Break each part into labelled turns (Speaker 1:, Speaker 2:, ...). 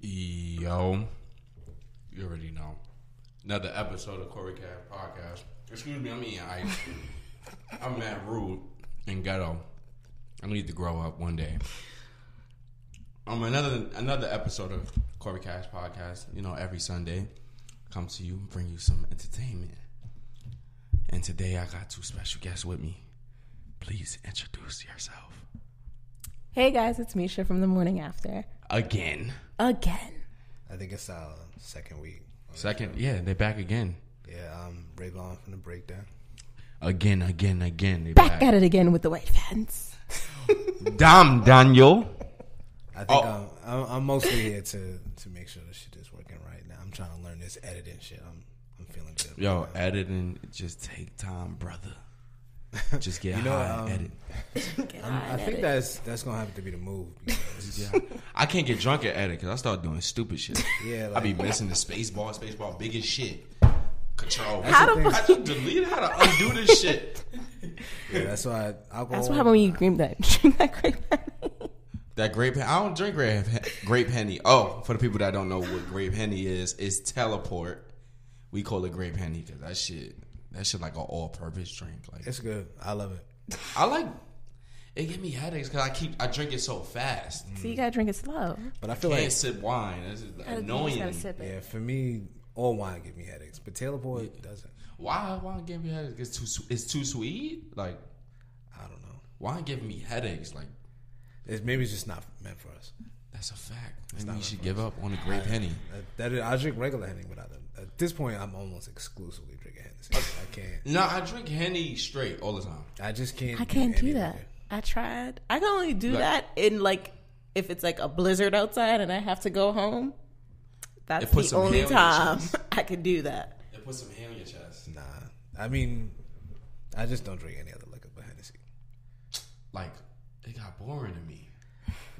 Speaker 1: Yo, you already know. Another episode of Corey Cab Podcast. Excuse me, I'm eating ice. I'm mad rude and ghetto. I need to grow up one day. Um, another another episode of Corey Cash Podcast. You know, every Sunday, come to you, bring you some entertainment. And today, I got two special guests with me. Please introduce yourself
Speaker 2: Hey guys, it's Misha from the morning after.
Speaker 1: again.
Speaker 2: Again.
Speaker 3: I think it's our second week.
Speaker 1: Second, yeah, they're back again.
Speaker 3: Yeah, I'm Rayvon from the Breakdown.
Speaker 1: again, again, again. They
Speaker 2: Back at it again with the white fans.
Speaker 1: Damn, Daniel.
Speaker 3: I think
Speaker 1: Oh.
Speaker 3: I'm, I'm I'm mostly here to to make sure this shit is working right now. I'm trying to learn this editing shit. I'm I'm feeling good.
Speaker 1: Yo, editing just take time, brother. Just get
Speaker 3: You know,
Speaker 1: high and
Speaker 3: um,
Speaker 1: edit.
Speaker 3: i I think that's that's gonna have to be the move. Because,
Speaker 1: Yeah. I can't get drunk at edit because I start doing stupid shit.
Speaker 3: Yeah,
Speaker 1: I be
Speaker 3: like-
Speaker 1: missing the space ball, space ball, biggest shit. Control.
Speaker 2: How the
Speaker 1: I just delete how to undo this shit.
Speaker 3: yeah, that's why alcohol.
Speaker 2: That's what happened when you dream that dream that great
Speaker 1: That grape, hen- I don't drink grape, he- grape henny. Oh, for the people that don't know what grape henny is, it's teleport. We call it grape henny because that shit, that shit like an all-purpose drink. Like
Speaker 3: It's good. I love it.
Speaker 1: I like it. Give me headaches because I keep I drink it so fast.
Speaker 2: So you gotta drink it slow.
Speaker 3: But I feel
Speaker 1: can't
Speaker 3: like
Speaker 1: sip wine. This is annoying.
Speaker 3: yeah, for me, all wine give me headaches, but Taylor Boy doesn't.
Speaker 1: Why wine give me headaches? It's too su- it's too sweet. Like
Speaker 3: I don't know.
Speaker 1: wine giving me headaches. Like
Speaker 3: It's maybe it's just not meant for us.
Speaker 1: that's a fact. Maybe you should give up on a grape henny.
Speaker 3: That- That is, I drink regular Henny without them. At this point, I'm almost exclusively drinking Hennessy. I can't.
Speaker 1: No, I drink henny straight all the time.
Speaker 3: I just can't.
Speaker 2: I can't do
Speaker 3: any
Speaker 2: that.
Speaker 3: of it.
Speaker 2: I tried. I can only do
Speaker 1: Like-
Speaker 2: that in like if it's like a blizzard outside and I have to go home. That's
Speaker 1: It puts
Speaker 2: the
Speaker 1: some
Speaker 2: only
Speaker 1: hail in your
Speaker 2: time
Speaker 1: chest.
Speaker 2: I can do that.
Speaker 1: It puts some hair on your chest.
Speaker 3: Nah, I mean, I just don't drink any other liquor but Hennessy.
Speaker 1: Like it got boring to me.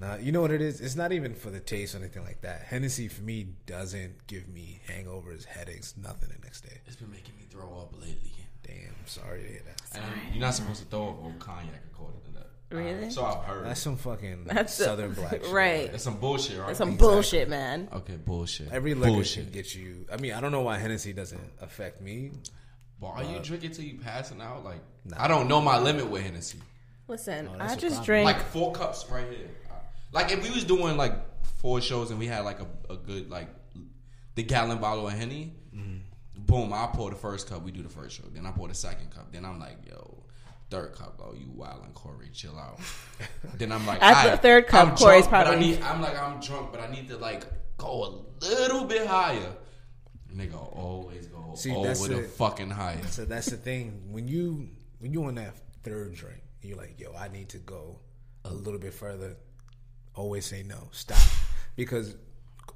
Speaker 3: Nah, you know what it is? It's not even for the taste or anything like that. Hennessy for me doesn't give me hangovers, headaches, nothing the next day.
Speaker 1: It's been making me throw up lately.
Speaker 3: Damn, sorry to hear that.
Speaker 1: And you're not supposed to throw up on cognac according to that.
Speaker 2: Really?
Speaker 1: So I've heard.
Speaker 3: That's
Speaker 1: That's,
Speaker 3: some fucking
Speaker 2: That's a-
Speaker 3: southern black shit.
Speaker 2: right.
Speaker 1: that's some bullshit, right?
Speaker 2: That's some bullshit, man.
Speaker 1: okay, bullshit.
Speaker 3: Every liquor
Speaker 1: bullshit.
Speaker 3: can get you. I mean, I don't know why Hennessy doesn't affect me.
Speaker 1: But are you drinking till you passing out? Like I don't know my limit with Hennessy. Oh,
Speaker 2: Listen,
Speaker 3: that's
Speaker 2: I
Speaker 3: a
Speaker 2: just
Speaker 3: problem.
Speaker 2: drink
Speaker 1: Like four cups right here. Uh, Like if we was doing like four shows and we had like a, a good like the gallon bottle of henny,
Speaker 3: Mm-hmm.
Speaker 1: boom! I pour the first cup. We do the first show. Then I pour the second cup. Then I'm like, yo. Third cup, oh you wild and Corey, chill out. then I'm like,
Speaker 2: After
Speaker 1: "Aight,
Speaker 2: the third cup,
Speaker 1: I'm
Speaker 2: Corey's
Speaker 1: drunk, but
Speaker 2: probably-
Speaker 1: I need, I'm like, I'm drunk, but I need to like go a little bit higher. Nigga always go
Speaker 3: See,
Speaker 1: over
Speaker 3: that's
Speaker 1: the
Speaker 3: it.
Speaker 1: fucking higher.
Speaker 3: So that's the thing. When you when you on that third drink, you're like, yo, I need to go a little bit further. Always say no. Stop. Because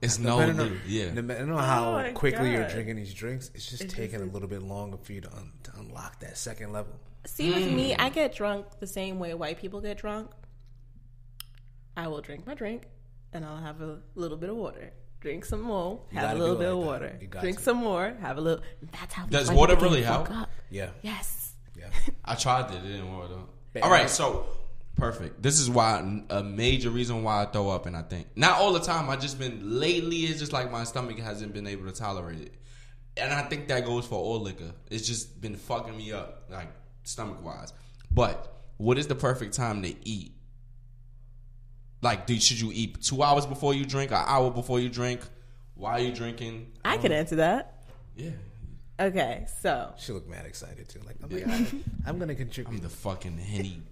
Speaker 1: It's no,
Speaker 3: depending
Speaker 1: limit.
Speaker 3: on,
Speaker 1: yeah.
Speaker 3: depending on
Speaker 2: Oh
Speaker 3: how
Speaker 2: my
Speaker 3: quickly you're
Speaker 2: God.
Speaker 3: drinking these drinks, it's just taking a little bit longer for you to, un- to unlock that second level.
Speaker 2: See, with me,
Speaker 3: Mm.
Speaker 2: I get drunk the same way white people get drunk. I will drink my drink and I'll have a little bit of water. Drink some more, have
Speaker 3: gotta
Speaker 2: a little
Speaker 3: do it
Speaker 2: bit
Speaker 3: like
Speaker 2: of
Speaker 3: that.
Speaker 2: water.
Speaker 3: You got
Speaker 2: Drink
Speaker 3: to.
Speaker 2: some more, have a little. That's how. we
Speaker 1: Does
Speaker 2: fight
Speaker 1: water
Speaker 2: people
Speaker 1: really
Speaker 2: getting fucked
Speaker 1: help?
Speaker 2: up.
Speaker 3: Yeah,
Speaker 2: Yes.
Speaker 3: yeah.
Speaker 1: I tried it. It didn't work though.
Speaker 3: Bad.
Speaker 1: All right, so perfect. This is why a major reason why I throw up, and I think not all the time. I just been lately. It's just like my stomach hasn't been able to tolerate it, and I think that goes for all liquor. It's just been fucking me up, like stomach wise. But what is the perfect time to eat? Like, dude, should you eat two hours before you drink, an hour before you drink? Why are you drinking?
Speaker 2: I
Speaker 3: Oh.
Speaker 2: can answer that.
Speaker 1: Yeah,
Speaker 2: Okay, so
Speaker 3: She looked mad excited too. Like, oh my god, I'm gonna
Speaker 1: I'm
Speaker 3: contribute.
Speaker 1: the fucking henny.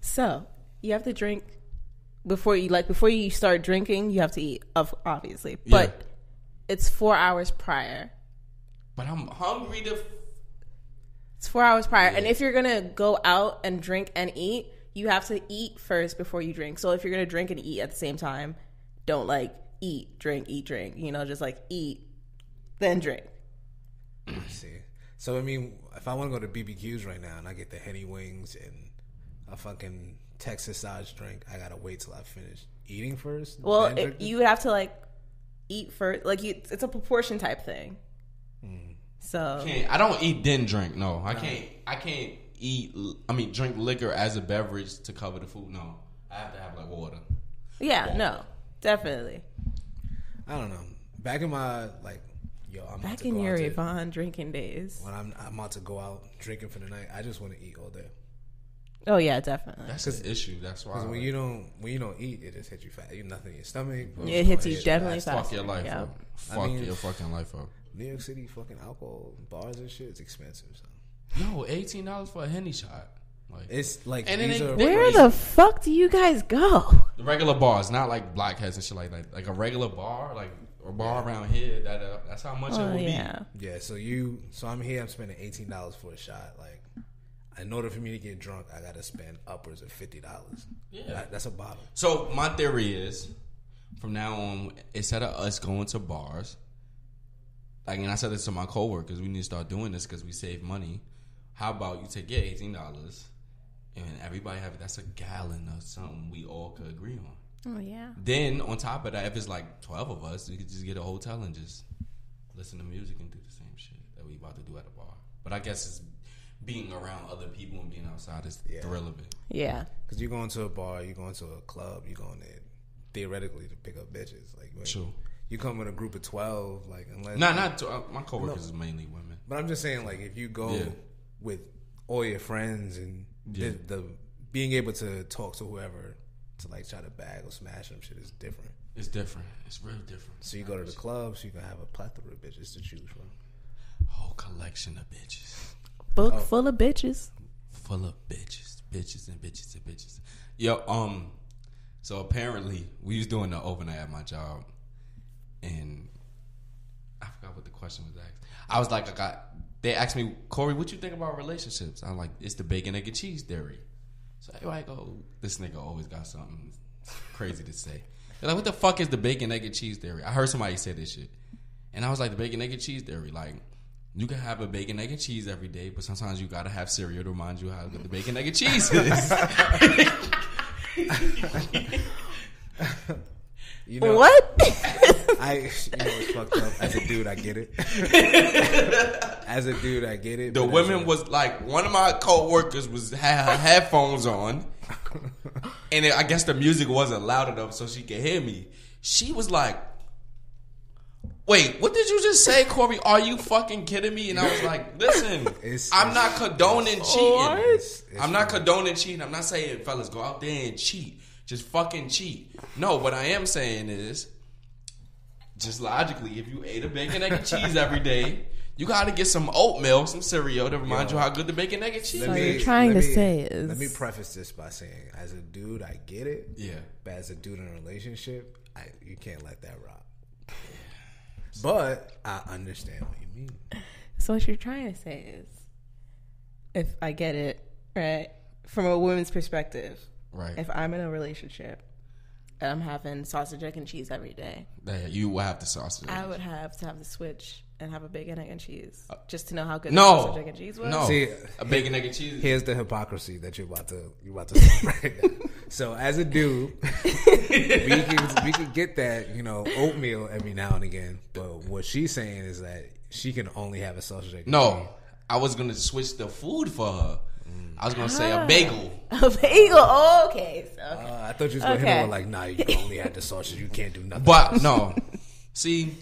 Speaker 2: so you have to drink before you like before you start drinking. You have to eat, of obviously, but
Speaker 1: Yeah.
Speaker 2: it's four hours prior.
Speaker 1: But I'm hungry to.
Speaker 2: It's four hours prior. And if you're gonna go out and drink and eat, you have to eat first before you drink. So if you're gonna drink and eat at the same time, don't like eat, drink, eat, drink. You know, just like eat, then drink.
Speaker 3: See. So I mean, if I want to go to BBQs right now and I get the henny wings and a fucking Texas size drink, I gotta wait till I finish eating first.
Speaker 2: Well,
Speaker 3: then drink
Speaker 2: it,
Speaker 3: it?
Speaker 2: you would have to like eat first. Like you, it's a proportion type thing. So
Speaker 1: can't- I don't eat then drink. No, I can't. I can't eat. l- I mean, drink liquor as a beverage to cover the food. No, I have to have like water.
Speaker 2: yeah, no, definitely.
Speaker 3: I don't know. Back in my like, yo, I'm about
Speaker 2: Back
Speaker 3: to
Speaker 2: in
Speaker 3: go
Speaker 2: your
Speaker 3: out to-
Speaker 2: Yvonne drinking days.
Speaker 3: when I'm I'm about to go out drinking for the night. I just want to eat all day.
Speaker 2: Oh yeah, definitely.
Speaker 1: That's an issue. That's why.
Speaker 3: Because when
Speaker 1: like,
Speaker 3: you don't when you don't eat, it just hits you fat. You nothing in your stomach.
Speaker 2: It hits you
Speaker 3: Yeah,
Speaker 2: definitely
Speaker 3: that's
Speaker 1: fuck
Speaker 2: fast.
Speaker 1: your life
Speaker 2: Yeah.
Speaker 1: up.
Speaker 3: I
Speaker 1: Fuck
Speaker 3: mean-
Speaker 1: your fucking life up.
Speaker 3: New York City fucking alcohol bars and shit is expensive. So.
Speaker 1: No, eighteen dollars for a henny shot. Like
Speaker 3: It's like
Speaker 1: And it
Speaker 3: these
Speaker 1: ain't
Speaker 3: are
Speaker 1: big.
Speaker 2: Where the fuck do you guys go?
Speaker 1: the regular bars, not like blackheads and shit like that. Like a regular bar, like a bar around here. That uh, that's how much it
Speaker 2: Oh
Speaker 1: will
Speaker 2: yeah.
Speaker 3: Yeah, so you so I'm here, I'm spending eighteen dollars for a shot. Like in order for me to get drunk, I gotta spend upwards of fifty dollars.
Speaker 1: Yeah.
Speaker 3: that's a bottle.
Speaker 1: be. So my theory is, from now on, instead of us going to bars, like and I said this to my coworkers, we need to start doing this because we save money. How about you take your eighteen dollars, and everybody have that's a gallon or something we all could agree on.
Speaker 2: Oh yeah.
Speaker 1: Then on top of that, if it's like twelve of us, you could just get a hotel and just listen to music and do the same shit that we about to do at a bar. But I guess it's being around other people and being outside is the
Speaker 3: Yeah.
Speaker 1: thrill of it.
Speaker 2: Yeah.
Speaker 3: Cause you're going to a bar, you're going to a club, you're going there theoretically to pick up bitches. Like when
Speaker 1: True.
Speaker 3: you come with a group of twelve, like unless
Speaker 1: Nah, not to, uh, my coworkers is mainly women.
Speaker 3: But I'm just saying, like, if you go
Speaker 1: Yeah.
Speaker 3: with all your friends and
Speaker 1: Yeah.
Speaker 3: the, the being able to talk to whoever to like try to bag or smash them shit is different.
Speaker 1: It's different. It's real different.
Speaker 3: So you go to the club, so you can have a plethora of bitches to choose from.
Speaker 1: Whole collection of bitches,
Speaker 3: Oh.
Speaker 2: Book full of bitches.
Speaker 1: full of bitches, bitches and bitches and bitches. Yo, um, so apparently we was doing the overnight at my job, and I forgot what the question was asked. I was like, I got. They asked me, Corey, what you think about relationships? I'm like, it's the bacon, egg, and cheese theory. So everybody go, this nigga always got something crazy to say. They're like, what the fuck is the bacon, egg, and cheese theory? I heard somebody say this shit, and I was like, the bacon, egg, and cheese theory. Like, you can have a bacon, egg, and cheese every day, but sometimes you gotta have cereal to remind you how good the bacon, egg, and cheese is.
Speaker 3: You know,
Speaker 2: What?
Speaker 3: I you know it's fucked up. As a dude, I get it. as a dude, I get it.
Speaker 1: The
Speaker 3: but as
Speaker 1: women
Speaker 3: a-
Speaker 1: was like, one of my coworkers was had her headphones on, and it, I guess the music wasn't loud enough so she could hear me. She was like, "Wait, what did you just say, Corey? Are you fucking kidding me?" And I was like, "Listen,
Speaker 3: It's-
Speaker 1: I'm
Speaker 3: it's-
Speaker 1: not condoning
Speaker 2: What?
Speaker 1: cheating.
Speaker 3: It's- it's
Speaker 1: I'm not condoning cheating. I'm not saying fellas go out there and cheat, just fucking cheat. No, what I am saying is." just logically, if you ate a bacon, egg, and cheese every day, you got to get some oatmeal, some cereal to remind you how good the bacon, egg, and cheese.
Speaker 3: let
Speaker 2: So
Speaker 1: is.
Speaker 2: you're
Speaker 3: me-
Speaker 2: trying
Speaker 3: let
Speaker 2: to
Speaker 3: me-
Speaker 2: say is-
Speaker 3: Let me preface this by saying, as a dude, I get it.
Speaker 1: Yeah,
Speaker 3: But as a dude in a relationship, I, you can't let that rock. But I understand what you mean.
Speaker 2: so what you're trying to say is, if I get it right from a woman's perspective,
Speaker 1: right.
Speaker 2: if I'm in a relationship and I'm having sausage egg and cheese every day,
Speaker 1: Yeah, you will have the sausage.
Speaker 2: I would have to have the switch and have a bacon egg and cheese
Speaker 3: Uh,
Speaker 2: just to know how good the
Speaker 1: no,
Speaker 2: sausage egg and cheese was.
Speaker 1: no,
Speaker 3: See,
Speaker 1: a bacon, egg, and cheese.
Speaker 3: Here's the hypocrisy that you're about to you're about to spread. so as a dude, we can we can get that you know oatmeal every now and again. But what she's saying is that she can only have a sausage. egg and
Speaker 1: No, I was gonna switch the food for her. I was gonna say
Speaker 2: Ah.
Speaker 1: a bagel.
Speaker 2: A bagel. Oh, okay. So,
Speaker 3: cheese. Uh, I thought you was going to hit
Speaker 2: Okay.
Speaker 3: her with like, nah, you can only have the sausage. You can't do nothing.
Speaker 1: But no, see,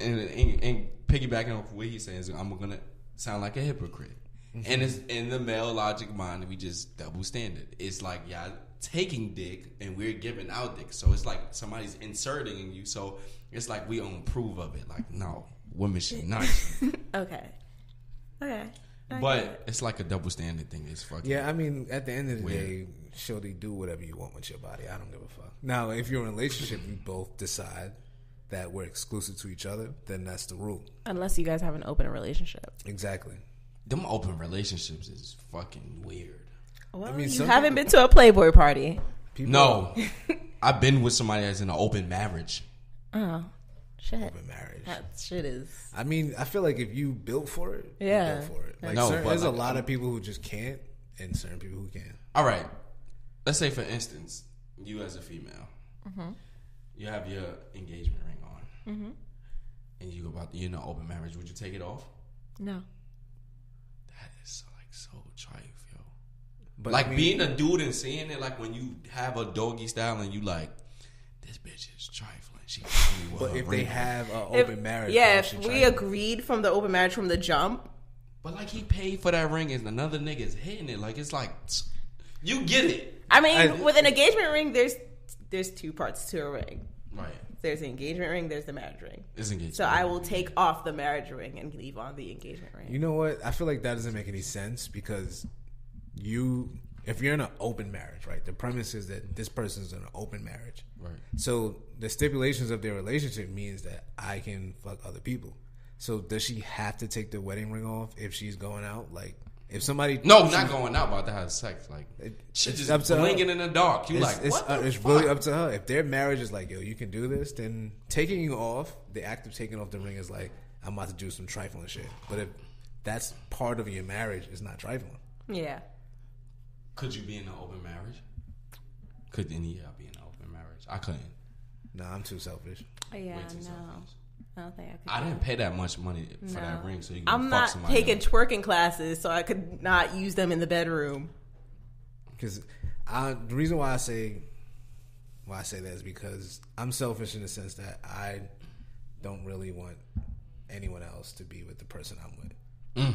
Speaker 1: and, and, and piggybacking off what he's saying, is I'm gonna sound like a hypocrite. And it's in the male logic mind, we just double standard. It's like y'all taking dick and we're giving out dick, so it's like somebody's inserting in you. So it's like we don't approve of it. Like no, women should not.
Speaker 2: okay. Okay. I get it.
Speaker 1: but it's like a double standard thing. It's fucking
Speaker 3: yeah, I mean, at the end of the day, shorty, do whatever you want with your body. I don't give a fuck. Now, if you're in a relationship, you both decide that we're exclusive to each other, then that's the rule.
Speaker 2: unless you guys have an open relationship.
Speaker 3: Exactly.
Speaker 1: them open relationships is fucking weird.
Speaker 2: Well,
Speaker 3: mean,
Speaker 2: you
Speaker 3: some
Speaker 2: haven't
Speaker 3: people-
Speaker 2: been to a Playboy party.
Speaker 3: People
Speaker 1: No, I've been with somebody that's in an open marriage.
Speaker 2: Oh, shit.
Speaker 3: in marriage.
Speaker 2: That shit is.
Speaker 3: I mean, I feel like if you built for it,
Speaker 2: Yeah.
Speaker 3: you built for it. Like,
Speaker 1: No,
Speaker 3: certain,
Speaker 1: but
Speaker 3: there's a
Speaker 1: like-
Speaker 3: lot of people who just can't, and certain people who can.
Speaker 1: All right. Let's say, for instance, you as a female, Mm-hmm. you have your engagement ring on, and you about you're in an open marriage. Would you take it off?
Speaker 2: No.
Speaker 1: That is so, like so triumph, yo.
Speaker 3: But
Speaker 1: like
Speaker 3: I mean,
Speaker 1: being a dude and seeing it, like when you have a doggy style and you like, this bitch is trifling. She really was
Speaker 3: But if they
Speaker 1: raping.
Speaker 3: have an
Speaker 2: If-
Speaker 3: open marriage,
Speaker 2: Yeah,
Speaker 3: though,
Speaker 2: if
Speaker 3: she
Speaker 2: we
Speaker 3: tried-
Speaker 2: agreed from the open marriage from the jump,
Speaker 1: But like he paid for that ring and another nigga's hitting it. Like it's like you get it.
Speaker 2: I mean,
Speaker 3: I-
Speaker 2: with an engagement ring, there's there's two parts to a ring.
Speaker 1: Right.
Speaker 2: There's the engagement ring, there's the marriage ring.
Speaker 1: It's engagement.
Speaker 2: So I will take off the marriage ring and leave on the engagement ring.
Speaker 3: You know what? I feel like that doesn't make any sense because you, if you're in an open marriage, right? The premise is that this person's in an open marriage.
Speaker 1: Right.
Speaker 3: So the stipulations of their relationship means that I can fuck other people. So does she have to take the wedding ring off if she's going out? Like if somebody
Speaker 1: No, not going out about to have sex. Like shit
Speaker 3: it's
Speaker 1: just
Speaker 3: up to her.
Speaker 1: blinking in the dark. You
Speaker 3: It's,
Speaker 1: like
Speaker 3: it's,
Speaker 1: what the
Speaker 3: uh, it's
Speaker 1: fuck?
Speaker 3: really up to her. If their marriage is like, yo, you can do this, then taking you off, the act of taking off the ring is like, I'm about to do some trifling shit. But if that's part of your marriage, it's not trifling.
Speaker 2: Yeah.
Speaker 1: Could you be in an open marriage? Could any of y'all be in an open marriage? I couldn't.
Speaker 3: No, I'm too selfish.
Speaker 2: Yeah,
Speaker 1: Way too selfish.
Speaker 2: I don't think could.
Speaker 1: I didn't pay that much money for that
Speaker 2: No.
Speaker 1: ring, so you can
Speaker 2: I'm
Speaker 1: fuck
Speaker 2: not
Speaker 1: somebody.
Speaker 2: taking
Speaker 1: else.
Speaker 2: twerking classes, so I could not use them in the bedroom.
Speaker 3: Because I, the reason why I say why I say that is because I'm selfish in the sense that I don't really want anyone else to be with the person I'm with.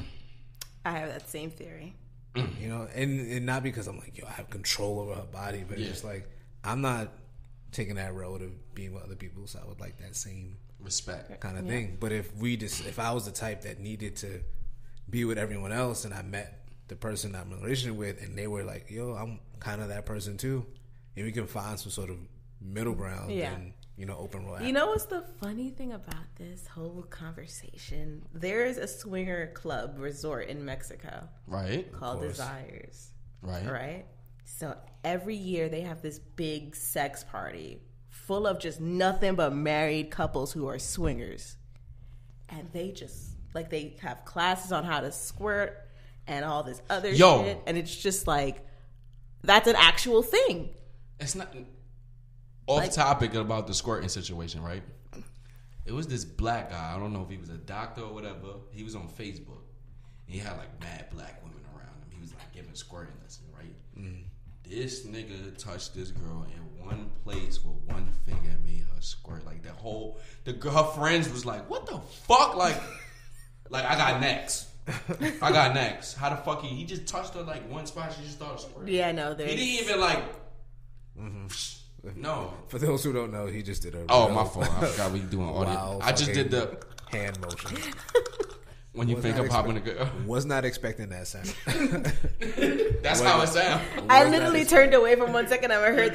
Speaker 2: I have that same theory.
Speaker 3: You know, and, and not because I'm like, yo, I have control over her body, but
Speaker 1: Yeah.
Speaker 3: it's just like I'm not taking that road of being with other people, so I would like that same
Speaker 1: respect.
Speaker 3: kind of thing. But if we just if I was the type that needed to be with everyone else and I met the person I'm in a relationship with and they were like, Yo, I'm kinda that person too and we can find some sort of middle ground
Speaker 2: Yeah.
Speaker 3: and you know, open road.
Speaker 2: You know what's the funny thing about this whole conversation? There is a swinger club resort in Mexico
Speaker 1: Right.
Speaker 2: called
Speaker 3: course.
Speaker 2: Desires.
Speaker 1: Right.
Speaker 2: right? So every year they have this big sex party full of just nothing but married couples who are swingers. And they just like they have classes on how to squirt and all this other
Speaker 1: Yo.
Speaker 2: shit and it's just like that's an actual thing.
Speaker 1: It's not off
Speaker 2: Like-
Speaker 1: topic about the squirting situation, right? It was this black guy. I don't know if he was a doctor or whatever. He was on Facebook. And he had like mad black women around him. He was like giving squirting lessons, right? This nigga touched this girl in one place with one finger and made her squirt. Like the whole the girl, her friends was like, "What the fuck?" Like, like I got next. I got next. How the fuck he? He just touched her like one spot. She just started squirting.
Speaker 2: Yeah, no,
Speaker 1: He
Speaker 2: there's
Speaker 1: didn't even like. No.
Speaker 3: For those who don't know, he just did a
Speaker 1: Mm-hmm. Oh,
Speaker 3: real
Speaker 1: my fault. I forgot we doing audio.
Speaker 3: Wow,
Speaker 1: I just did the
Speaker 3: hand motion.
Speaker 1: when you
Speaker 3: Was
Speaker 1: think
Speaker 3: not
Speaker 1: of popping a girl.
Speaker 3: Was not expecting that sound.
Speaker 1: That's how it sounds.
Speaker 2: I
Speaker 3: Was not
Speaker 2: literally
Speaker 3: expecting-
Speaker 2: turned away from one second I heard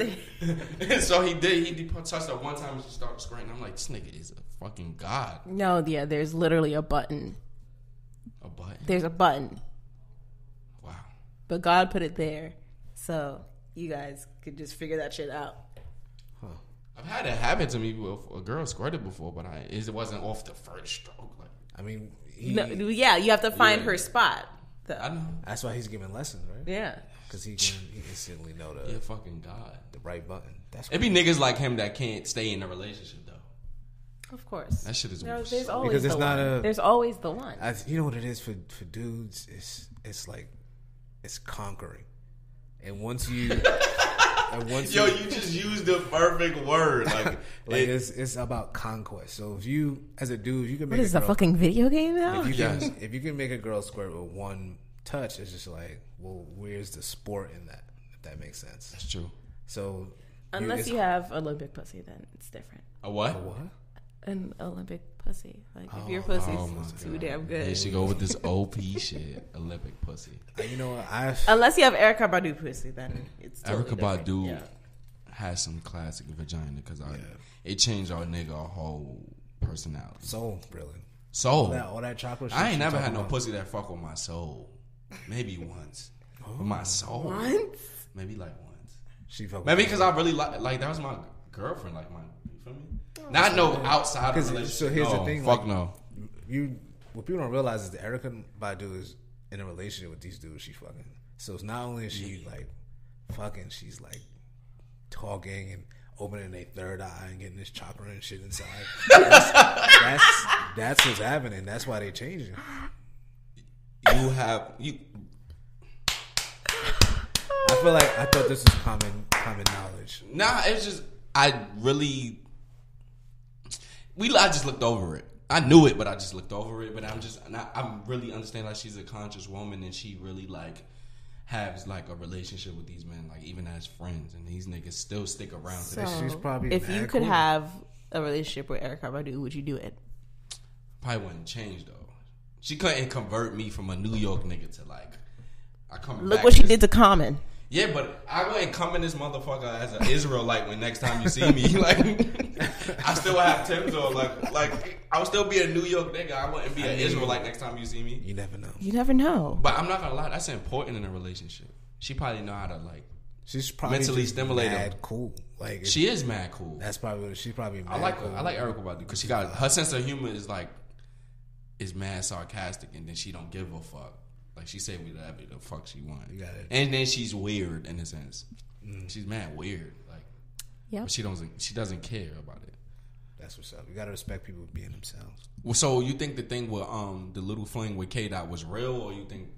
Speaker 2: the
Speaker 1: so he did. He did touched her one time and she started screaming. I'm like, this nigga is a fucking god.
Speaker 2: No, yeah, there's literally a button.
Speaker 1: A button.
Speaker 2: There's a button.
Speaker 1: Wow.
Speaker 2: But God put it there. So you guys could just figure that shit out.
Speaker 1: I've had it happen to me with a girl squirted before, but I it wasn't off the first stroke. Like
Speaker 3: I mean, he,
Speaker 2: No, yeah, you have to find
Speaker 1: Yeah.
Speaker 2: her spot. though.
Speaker 1: I know
Speaker 3: that's why he's giving lessons, right?
Speaker 2: yeah.
Speaker 3: Because he can he instantly know the,
Speaker 1: you're a fucking god.
Speaker 3: the right button. That's
Speaker 1: It be niggas like him that can't stay in a relationship though.
Speaker 2: Of course.
Speaker 1: That shit is
Speaker 2: No,
Speaker 1: weird.
Speaker 2: there's always
Speaker 3: Because it's
Speaker 2: the
Speaker 3: not
Speaker 2: one.
Speaker 3: a-
Speaker 2: There's always the one.
Speaker 3: I, you know what it is for for dudes. It's it's like it's conquering, and once you and once
Speaker 1: Yo,
Speaker 3: you,
Speaker 1: you just used the perfect word. Like,
Speaker 3: like
Speaker 1: it-
Speaker 3: it's it's about conquest. So if you as a dude, you can make
Speaker 2: What is
Speaker 3: a
Speaker 2: a
Speaker 3: girl,
Speaker 2: fucking video game now?
Speaker 3: if you can
Speaker 1: Yes.
Speaker 3: if you can make a girl squirt with one touch, it's just like, well, where's the sport in that? If that makes sense.
Speaker 1: that's true.
Speaker 3: So
Speaker 2: Unless
Speaker 3: it's-
Speaker 2: you have Olympic pussy, then it's different.
Speaker 1: A what?
Speaker 3: what?
Speaker 2: An Olympic pussy, like if your pussy's
Speaker 1: oh my
Speaker 2: too damn
Speaker 1: Here
Speaker 2: good.
Speaker 1: she go with this OP shit, Olympic pussy.
Speaker 3: Uh, You know what? I
Speaker 2: Unless you have Erica Badu pussy, then it's totally
Speaker 1: Erica
Speaker 2: different.
Speaker 1: Badu
Speaker 2: Yeah.
Speaker 1: has some classic vagina because I it changed our nigga whole personality.
Speaker 3: soul really.
Speaker 1: Soul.
Speaker 3: That all that chocolate. Shit
Speaker 1: I ain't
Speaker 3: she
Speaker 1: never
Speaker 3: talking
Speaker 1: had no
Speaker 3: about.
Speaker 1: pussy that fuck with my soul. Maybe once. With
Speaker 3: Oh.
Speaker 1: my soul.
Speaker 2: Once?
Speaker 1: Maybe like once.
Speaker 3: She fuck with
Speaker 1: Maybe
Speaker 3: me.
Speaker 1: because I really like like that was my girlfriend. Like my you feel me? Not no outside of
Speaker 3: 'Cause-
Speaker 1: the relationship.
Speaker 3: Oh. so here's the
Speaker 1: No,
Speaker 3: thing,
Speaker 1: Fuck
Speaker 3: like-
Speaker 1: no.
Speaker 3: you what people don't realize is that Erica Badu is in a relationship with these dudes she fucking. So it's not only is she like fucking, she's like talking and opening a third eye and getting this chopper and shit inside. that's, that's that's what's happening. That's why they changing.
Speaker 1: You have you
Speaker 3: I feel like I thought this was common common knowledge.
Speaker 1: Nah, it's just I really we I just looked over it. I knew it, but I just looked over it. But I'm just not, I'm really understand like she's a conscious woman and she really like has like a relationship with these men, like even as friends, and these niggas still stick around. to
Speaker 2: So,
Speaker 1: this.
Speaker 3: she's probably
Speaker 2: if you
Speaker 3: mad
Speaker 2: could
Speaker 3: cool.
Speaker 2: have a relationship with Erica Badu, would you do it?
Speaker 1: Probably wouldn't change though. She couldn't convert me from a New York nigga to like. I come
Speaker 2: Look
Speaker 1: back
Speaker 2: what she
Speaker 1: to-
Speaker 2: did to Common.
Speaker 1: Yeah, but I wouldn't come in this motherfucker as an Israelite when next time you see me. Like, I still have Tim's on. Like, like I would still be a New York nigga. I wouldn't be an Israelite next time you see me.
Speaker 3: You never know.
Speaker 2: You never know.
Speaker 1: But I'm not gonna lie, that's important in a relationship. She probably know how to like.
Speaker 3: She's probably
Speaker 1: Mentally
Speaker 3: just
Speaker 1: stimulate him.
Speaker 3: mad cool. Like if-
Speaker 1: She is mad cool.
Speaker 3: that's probably what she's probably. Mad
Speaker 1: I like
Speaker 3: cool.
Speaker 1: her. I like Erica Badu because she got her sense of humor is like is mad sarcastic, and then she don't give a fuck. Like she say whatever the fuck she want.
Speaker 3: You got it.
Speaker 1: And then she's weird in a sense. She's mad weird. Like
Speaker 2: Yeah.
Speaker 1: but she doesn't she doesn't care about it.
Speaker 3: That's what's up. You gotta respect people being themselves.
Speaker 1: Well, so you think the thing with um the little fling with K Dot was real, or you think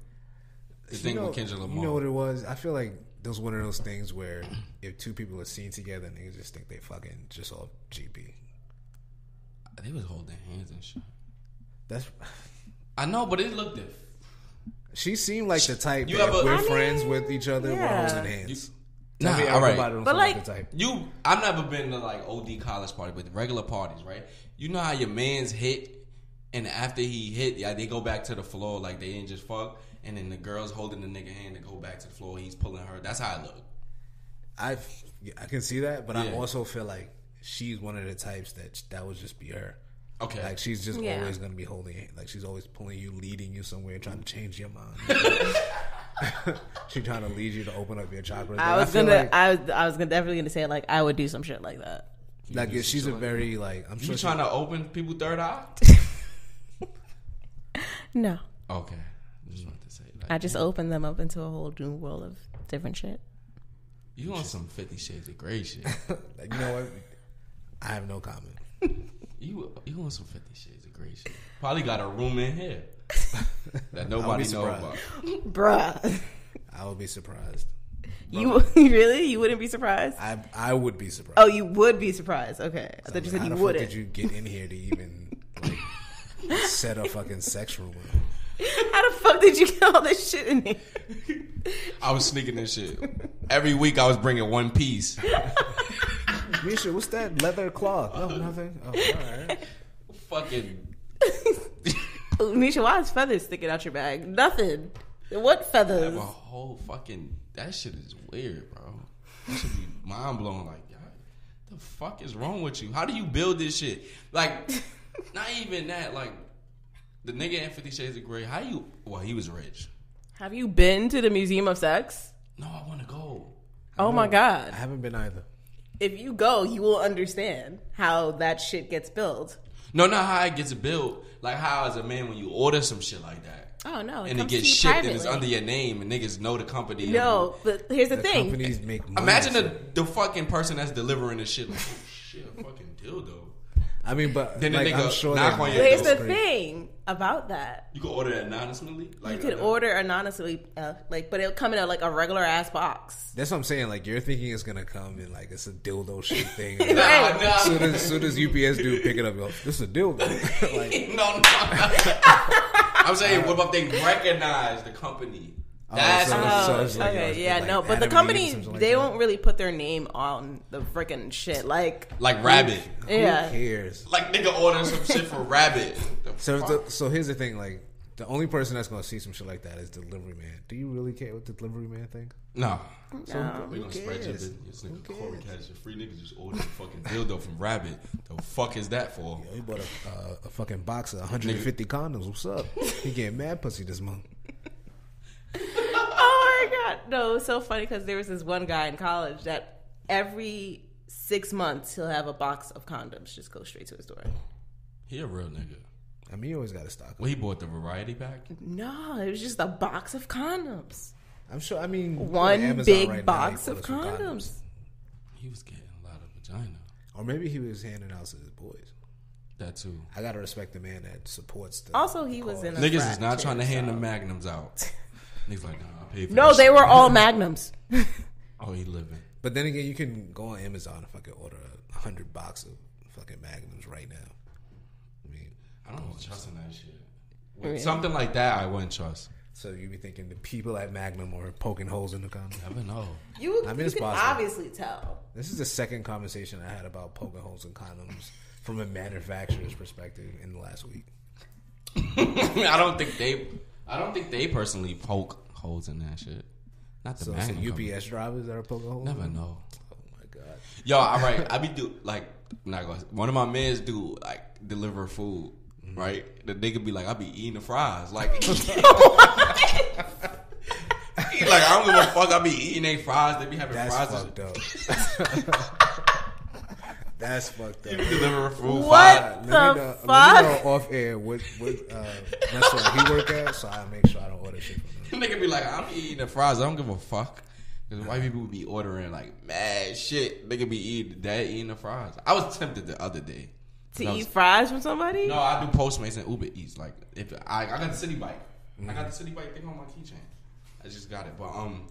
Speaker 1: the thing with Kendrick Lamar?
Speaker 3: You know what it was? I feel like those one of those things where if two people are seen together, niggas just think they fucking just all GB.
Speaker 1: they was holding hands and shit.
Speaker 3: That's
Speaker 1: I know, but it looked different.
Speaker 3: she seemed like the type
Speaker 1: You
Speaker 3: that
Speaker 1: ever-
Speaker 3: if we're
Speaker 1: I
Speaker 3: friends with each other,
Speaker 2: yeah.
Speaker 3: we're holding hands.
Speaker 1: Nah,
Speaker 3: I mean,
Speaker 1: all right.
Speaker 3: everybody don't
Speaker 2: But
Speaker 3: sound
Speaker 2: like-
Speaker 3: the type.
Speaker 1: You, I've never been to like OD college party, but regular parties, right? You know how your man's hit, and after he hit, yeah, they go back to the floor like they didn't just fuck, and then the girl's holding the nigga hand to go back to the floor. He's pulling her. That's how I look.
Speaker 3: I I can see that, but I
Speaker 1: Yeah.
Speaker 3: also feel like she's one of the types that that would just be her.
Speaker 1: Okay,
Speaker 3: Like she's just
Speaker 2: Yeah.
Speaker 3: always gonna be holding it. Like she's always pulling you, leading you somewhere, trying to change your mind. she trying to lead you to open up your chakras.
Speaker 2: I
Speaker 3: Like,
Speaker 2: was
Speaker 3: feel
Speaker 2: gonna,
Speaker 3: like,
Speaker 2: I was, I was gonna definitely gonna say like I would do some shit like that.
Speaker 3: like if she's a very like I'm
Speaker 1: you
Speaker 3: sure. she-
Speaker 1: trying to open people third eye?
Speaker 2: No,
Speaker 1: Okay, just wanted to say. Like,
Speaker 2: I just opened them up into a whole new world of different shit.
Speaker 1: You on some Fifty Shades of Grey shit?
Speaker 3: like, you know what? I have no comment.
Speaker 1: You you on some Fifty Shades of Grey shit? Probably got a room in here that nobody know
Speaker 3: surprised.
Speaker 1: about.
Speaker 2: Bruh,
Speaker 3: I would be surprised.
Speaker 2: you really, you wouldn't be surprised.
Speaker 3: I I would be surprised.
Speaker 2: Oh, you would be surprised. Okay, I thought you
Speaker 3: Like,
Speaker 2: said
Speaker 3: how
Speaker 2: you
Speaker 3: the fuck
Speaker 2: wouldn't.
Speaker 3: did you get in here to even like set a fucking sex room? up?
Speaker 2: How the fuck did you get all this shit in here?
Speaker 1: I was sneaking this shit every week. I was bringing one piece.
Speaker 3: Misha, what's that leather cloth? Oh, nothing. Oh, all right.
Speaker 1: Fucking
Speaker 2: Misha, why is feathers sticking out your bag? Nothing. What
Speaker 1: have
Speaker 2: feathers?
Speaker 1: a whole fucking that shit is weird, bro. That should be mind blowing. Like, y'all, the fuck is wrong with you? How do you build this shit? Like, not even that. Like, the nigga in Fifty Shades of Grey. How you? Well, he was rich.
Speaker 2: Have you been to the Museum of Sex?
Speaker 1: No, I want to go.
Speaker 2: Oh my
Speaker 3: I
Speaker 2: god!
Speaker 3: haven't been either.
Speaker 2: If you go, you will understand how that shit gets built.
Speaker 1: No, not how it gets built. Like, how as a man when you order some shit like that.
Speaker 2: Oh no!
Speaker 1: and it gets shipped and it's under your name and niggas know the company.
Speaker 2: No, but here's the,
Speaker 3: The
Speaker 2: thing.
Speaker 3: companies make money.
Speaker 1: Imagine
Speaker 3: so-
Speaker 1: the, the fucking person that's delivering this shit. Like, oh shit, a fucking dildo.
Speaker 3: I mean, but
Speaker 1: Then the
Speaker 3: like,
Speaker 1: nigga
Speaker 3: I'm sure
Speaker 1: knock
Speaker 3: that-
Speaker 1: on your
Speaker 2: But here's
Speaker 1: That's
Speaker 2: the thing about that.
Speaker 1: You can order it anonymously. Like
Speaker 2: You could
Speaker 1: uh,
Speaker 2: order anonymously, uh, like, but it'll come in a, like a regular ass box.
Speaker 3: That's what I'm saying. Like you're thinking it's gonna come and like it's a dildo shaped thing.
Speaker 1: Nah,
Speaker 2: Hey.
Speaker 1: nah.
Speaker 3: soon as soon as UPS dude pick it up, go, this is a dildo. like,
Speaker 1: no, no. I'm saying, what about they recognize the company?
Speaker 3: Oh,
Speaker 1: That's
Speaker 3: so-
Speaker 1: what-
Speaker 3: so it's like,
Speaker 2: okay,
Speaker 3: uh,
Speaker 2: yeah,
Speaker 3: like
Speaker 2: no, but the
Speaker 3: Adam and Eve
Speaker 2: company
Speaker 3: or something like
Speaker 2: they
Speaker 3: that.
Speaker 2: won't really put their name on the freaking shit. Like,
Speaker 1: like rabbit.
Speaker 2: yeah,
Speaker 3: Who cares?
Speaker 1: Like nigga ordering some shit for rabbit. The
Speaker 3: So
Speaker 1: fuck?
Speaker 3: the, so here's the thing. Like the only person that's gonna see some shit like that is delivery man. Do you really care what the delivery man thinks?
Speaker 1: no.
Speaker 2: no.
Speaker 1: We gonna spread your
Speaker 3: cares?
Speaker 1: business. This
Speaker 3: Who
Speaker 1: nigga Corey
Speaker 3: cares?
Speaker 1: Cash, your free niggas just ordered a fucking dildo from Rabbit. The fuck is that for?
Speaker 3: Yo, he bought a, uh, a fucking box of 150 condoms. What's up? He getting mad pussy this month.
Speaker 2: Oh my god, no, it was so funny because there was this one guy in college that every six months he'll have a box of condoms just go straight to his door.
Speaker 1: He a real nigga.
Speaker 3: I mean, you always got to stock. up.
Speaker 1: Well, he bought the variety pack.
Speaker 2: No, it was just a box of condoms.
Speaker 3: I'm sure. I mean, you go to
Speaker 2: One
Speaker 3: Amazon
Speaker 2: big
Speaker 3: right now, you
Speaker 2: box
Speaker 3: order
Speaker 2: of
Speaker 3: some
Speaker 2: condoms.
Speaker 1: He was getting a lot of vagina.
Speaker 3: or maybe he was handing out to his boys.
Speaker 1: That too.
Speaker 3: I gotta respect the man that supports the.
Speaker 2: Also, he was in a
Speaker 1: Niggas
Speaker 2: frat
Speaker 1: is not
Speaker 2: too,
Speaker 1: trying to hand
Speaker 2: so.
Speaker 1: the magnums out. Niggas like, nah, I paid for
Speaker 2: No,
Speaker 1: this
Speaker 2: they
Speaker 1: shit.
Speaker 2: were all magnums.
Speaker 1: Oh, he living.
Speaker 3: But then again, you can go on Amazon and fucking order a hundred box of fucking magnums right now.
Speaker 1: I don't was trusting that shit. With Something like that, I wouldn't trust.
Speaker 3: So you be thinking the people at Magnum are poking holes in the condom.
Speaker 1: Never know.
Speaker 2: You,
Speaker 3: I mean,
Speaker 2: you
Speaker 3: it's
Speaker 2: can
Speaker 3: possible.
Speaker 2: obviously tell.
Speaker 3: This is the second conversation I had about poking holes in condoms from a manufacturer's perspective in the last week.
Speaker 1: I don't think they. I don't think they personally poke holes in that shit. Not the
Speaker 3: So it's
Speaker 1: Magnum
Speaker 3: the
Speaker 1: company.
Speaker 3: UPS drivers that are poking holes.
Speaker 1: Never know.
Speaker 3: Oh my god.
Speaker 1: Yo, all right. I be do like not gonna. One of my mans do like deliver food, right? The nigga be like, I be eating the fries, like. he like I don't give a fuck. I be eating they fries. They be having
Speaker 3: That's
Speaker 1: fries. and
Speaker 3: fucked up. That's fucked up.
Speaker 1: shit. Deliver food.
Speaker 2: What?
Speaker 1: fries.
Speaker 3: Let me,
Speaker 2: The
Speaker 3: know,
Speaker 2: fuck?
Speaker 3: let me know off air what what uh, restaurant he work at, so I make sure I don't order shit from him.
Speaker 1: Nigga be like, I'm eating the fries. I don't give a fuck. Because white people be ordering like mad shit. Nigga be eating that, eating the fries. I was tempted the other day.
Speaker 2: To
Speaker 1: No.
Speaker 2: eat fries from somebody?
Speaker 1: No, I do Postmates and Uber Eats. Like, if I, I got the city bike, I got the city bike thing on my keychain. I just got it, but um,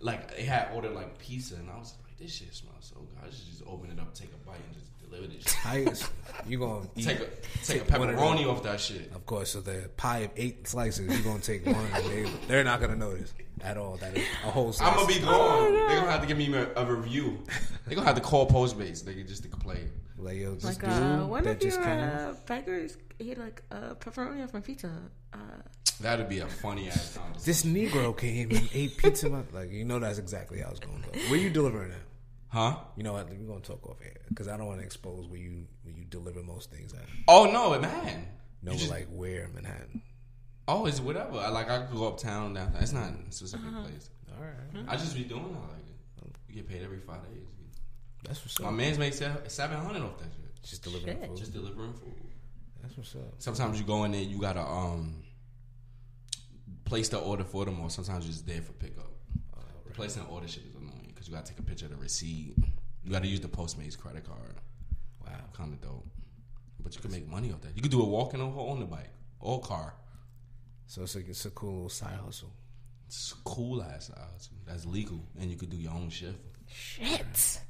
Speaker 1: like they had ordered like pizza, and I was like, this shit smells so good. I should just open it up, take a bite, and just deliver this. Shit.
Speaker 3: How you- you gonna eat?
Speaker 1: Take a take a
Speaker 3: Take one of them.
Speaker 1: pepperoni off that shit.
Speaker 3: of course, with the pie of eight slices, you gonna take one. and They, they're not gonna notice at all. That is a whole. Slice.
Speaker 1: I'm gonna be gone. They're gonna have to give me a, a review. They're gonna have to call Postmates. They just to complain.
Speaker 3: like yo, this
Speaker 2: Like,
Speaker 3: dude
Speaker 2: uh, one
Speaker 3: that
Speaker 2: of your
Speaker 3: just came.
Speaker 2: uh, beggars ate like a pepperoni off my pizza. Uh,
Speaker 1: That'd be a funny ass conversation.
Speaker 3: this Negro came and ate pizza. My, like you know, that's exactly how it's going to go. Where you delivering at?
Speaker 1: Huh?
Speaker 3: You know what? We're gonna talk off air because I don't want to expose where you where you deliver most things at.
Speaker 1: Oh no, man.
Speaker 3: No,
Speaker 1: You just-
Speaker 3: like where in Manhattan?
Speaker 1: oh, it's whatever. I, like I could go uptown, downtown. It's not a specific place.
Speaker 3: All
Speaker 2: Hmm?
Speaker 3: right,
Speaker 1: I just be doing that. Like you get paid every five days.
Speaker 3: that's what's
Speaker 1: My
Speaker 3: up.
Speaker 1: man's make seven hundred off that shit.
Speaker 3: Just delivering
Speaker 2: Shit.
Speaker 3: food.
Speaker 1: Just delivering food.
Speaker 3: that's what's up.
Speaker 1: Sometimes you go in there, you gotta um place the order for them, or sometimes you're just there for pickup. The Placing the order shit is annoying because you gotta take a picture of the receipt. You gotta use the Postmates credit card.
Speaker 3: Wow.
Speaker 1: Kind of dope, but you can make money off that. You could do it walking over on the bike or car.
Speaker 3: So it's a, it's a cool little side hustle.
Speaker 1: It's cool ass odds. That's legal, and you could do your own shift.
Speaker 2: shit.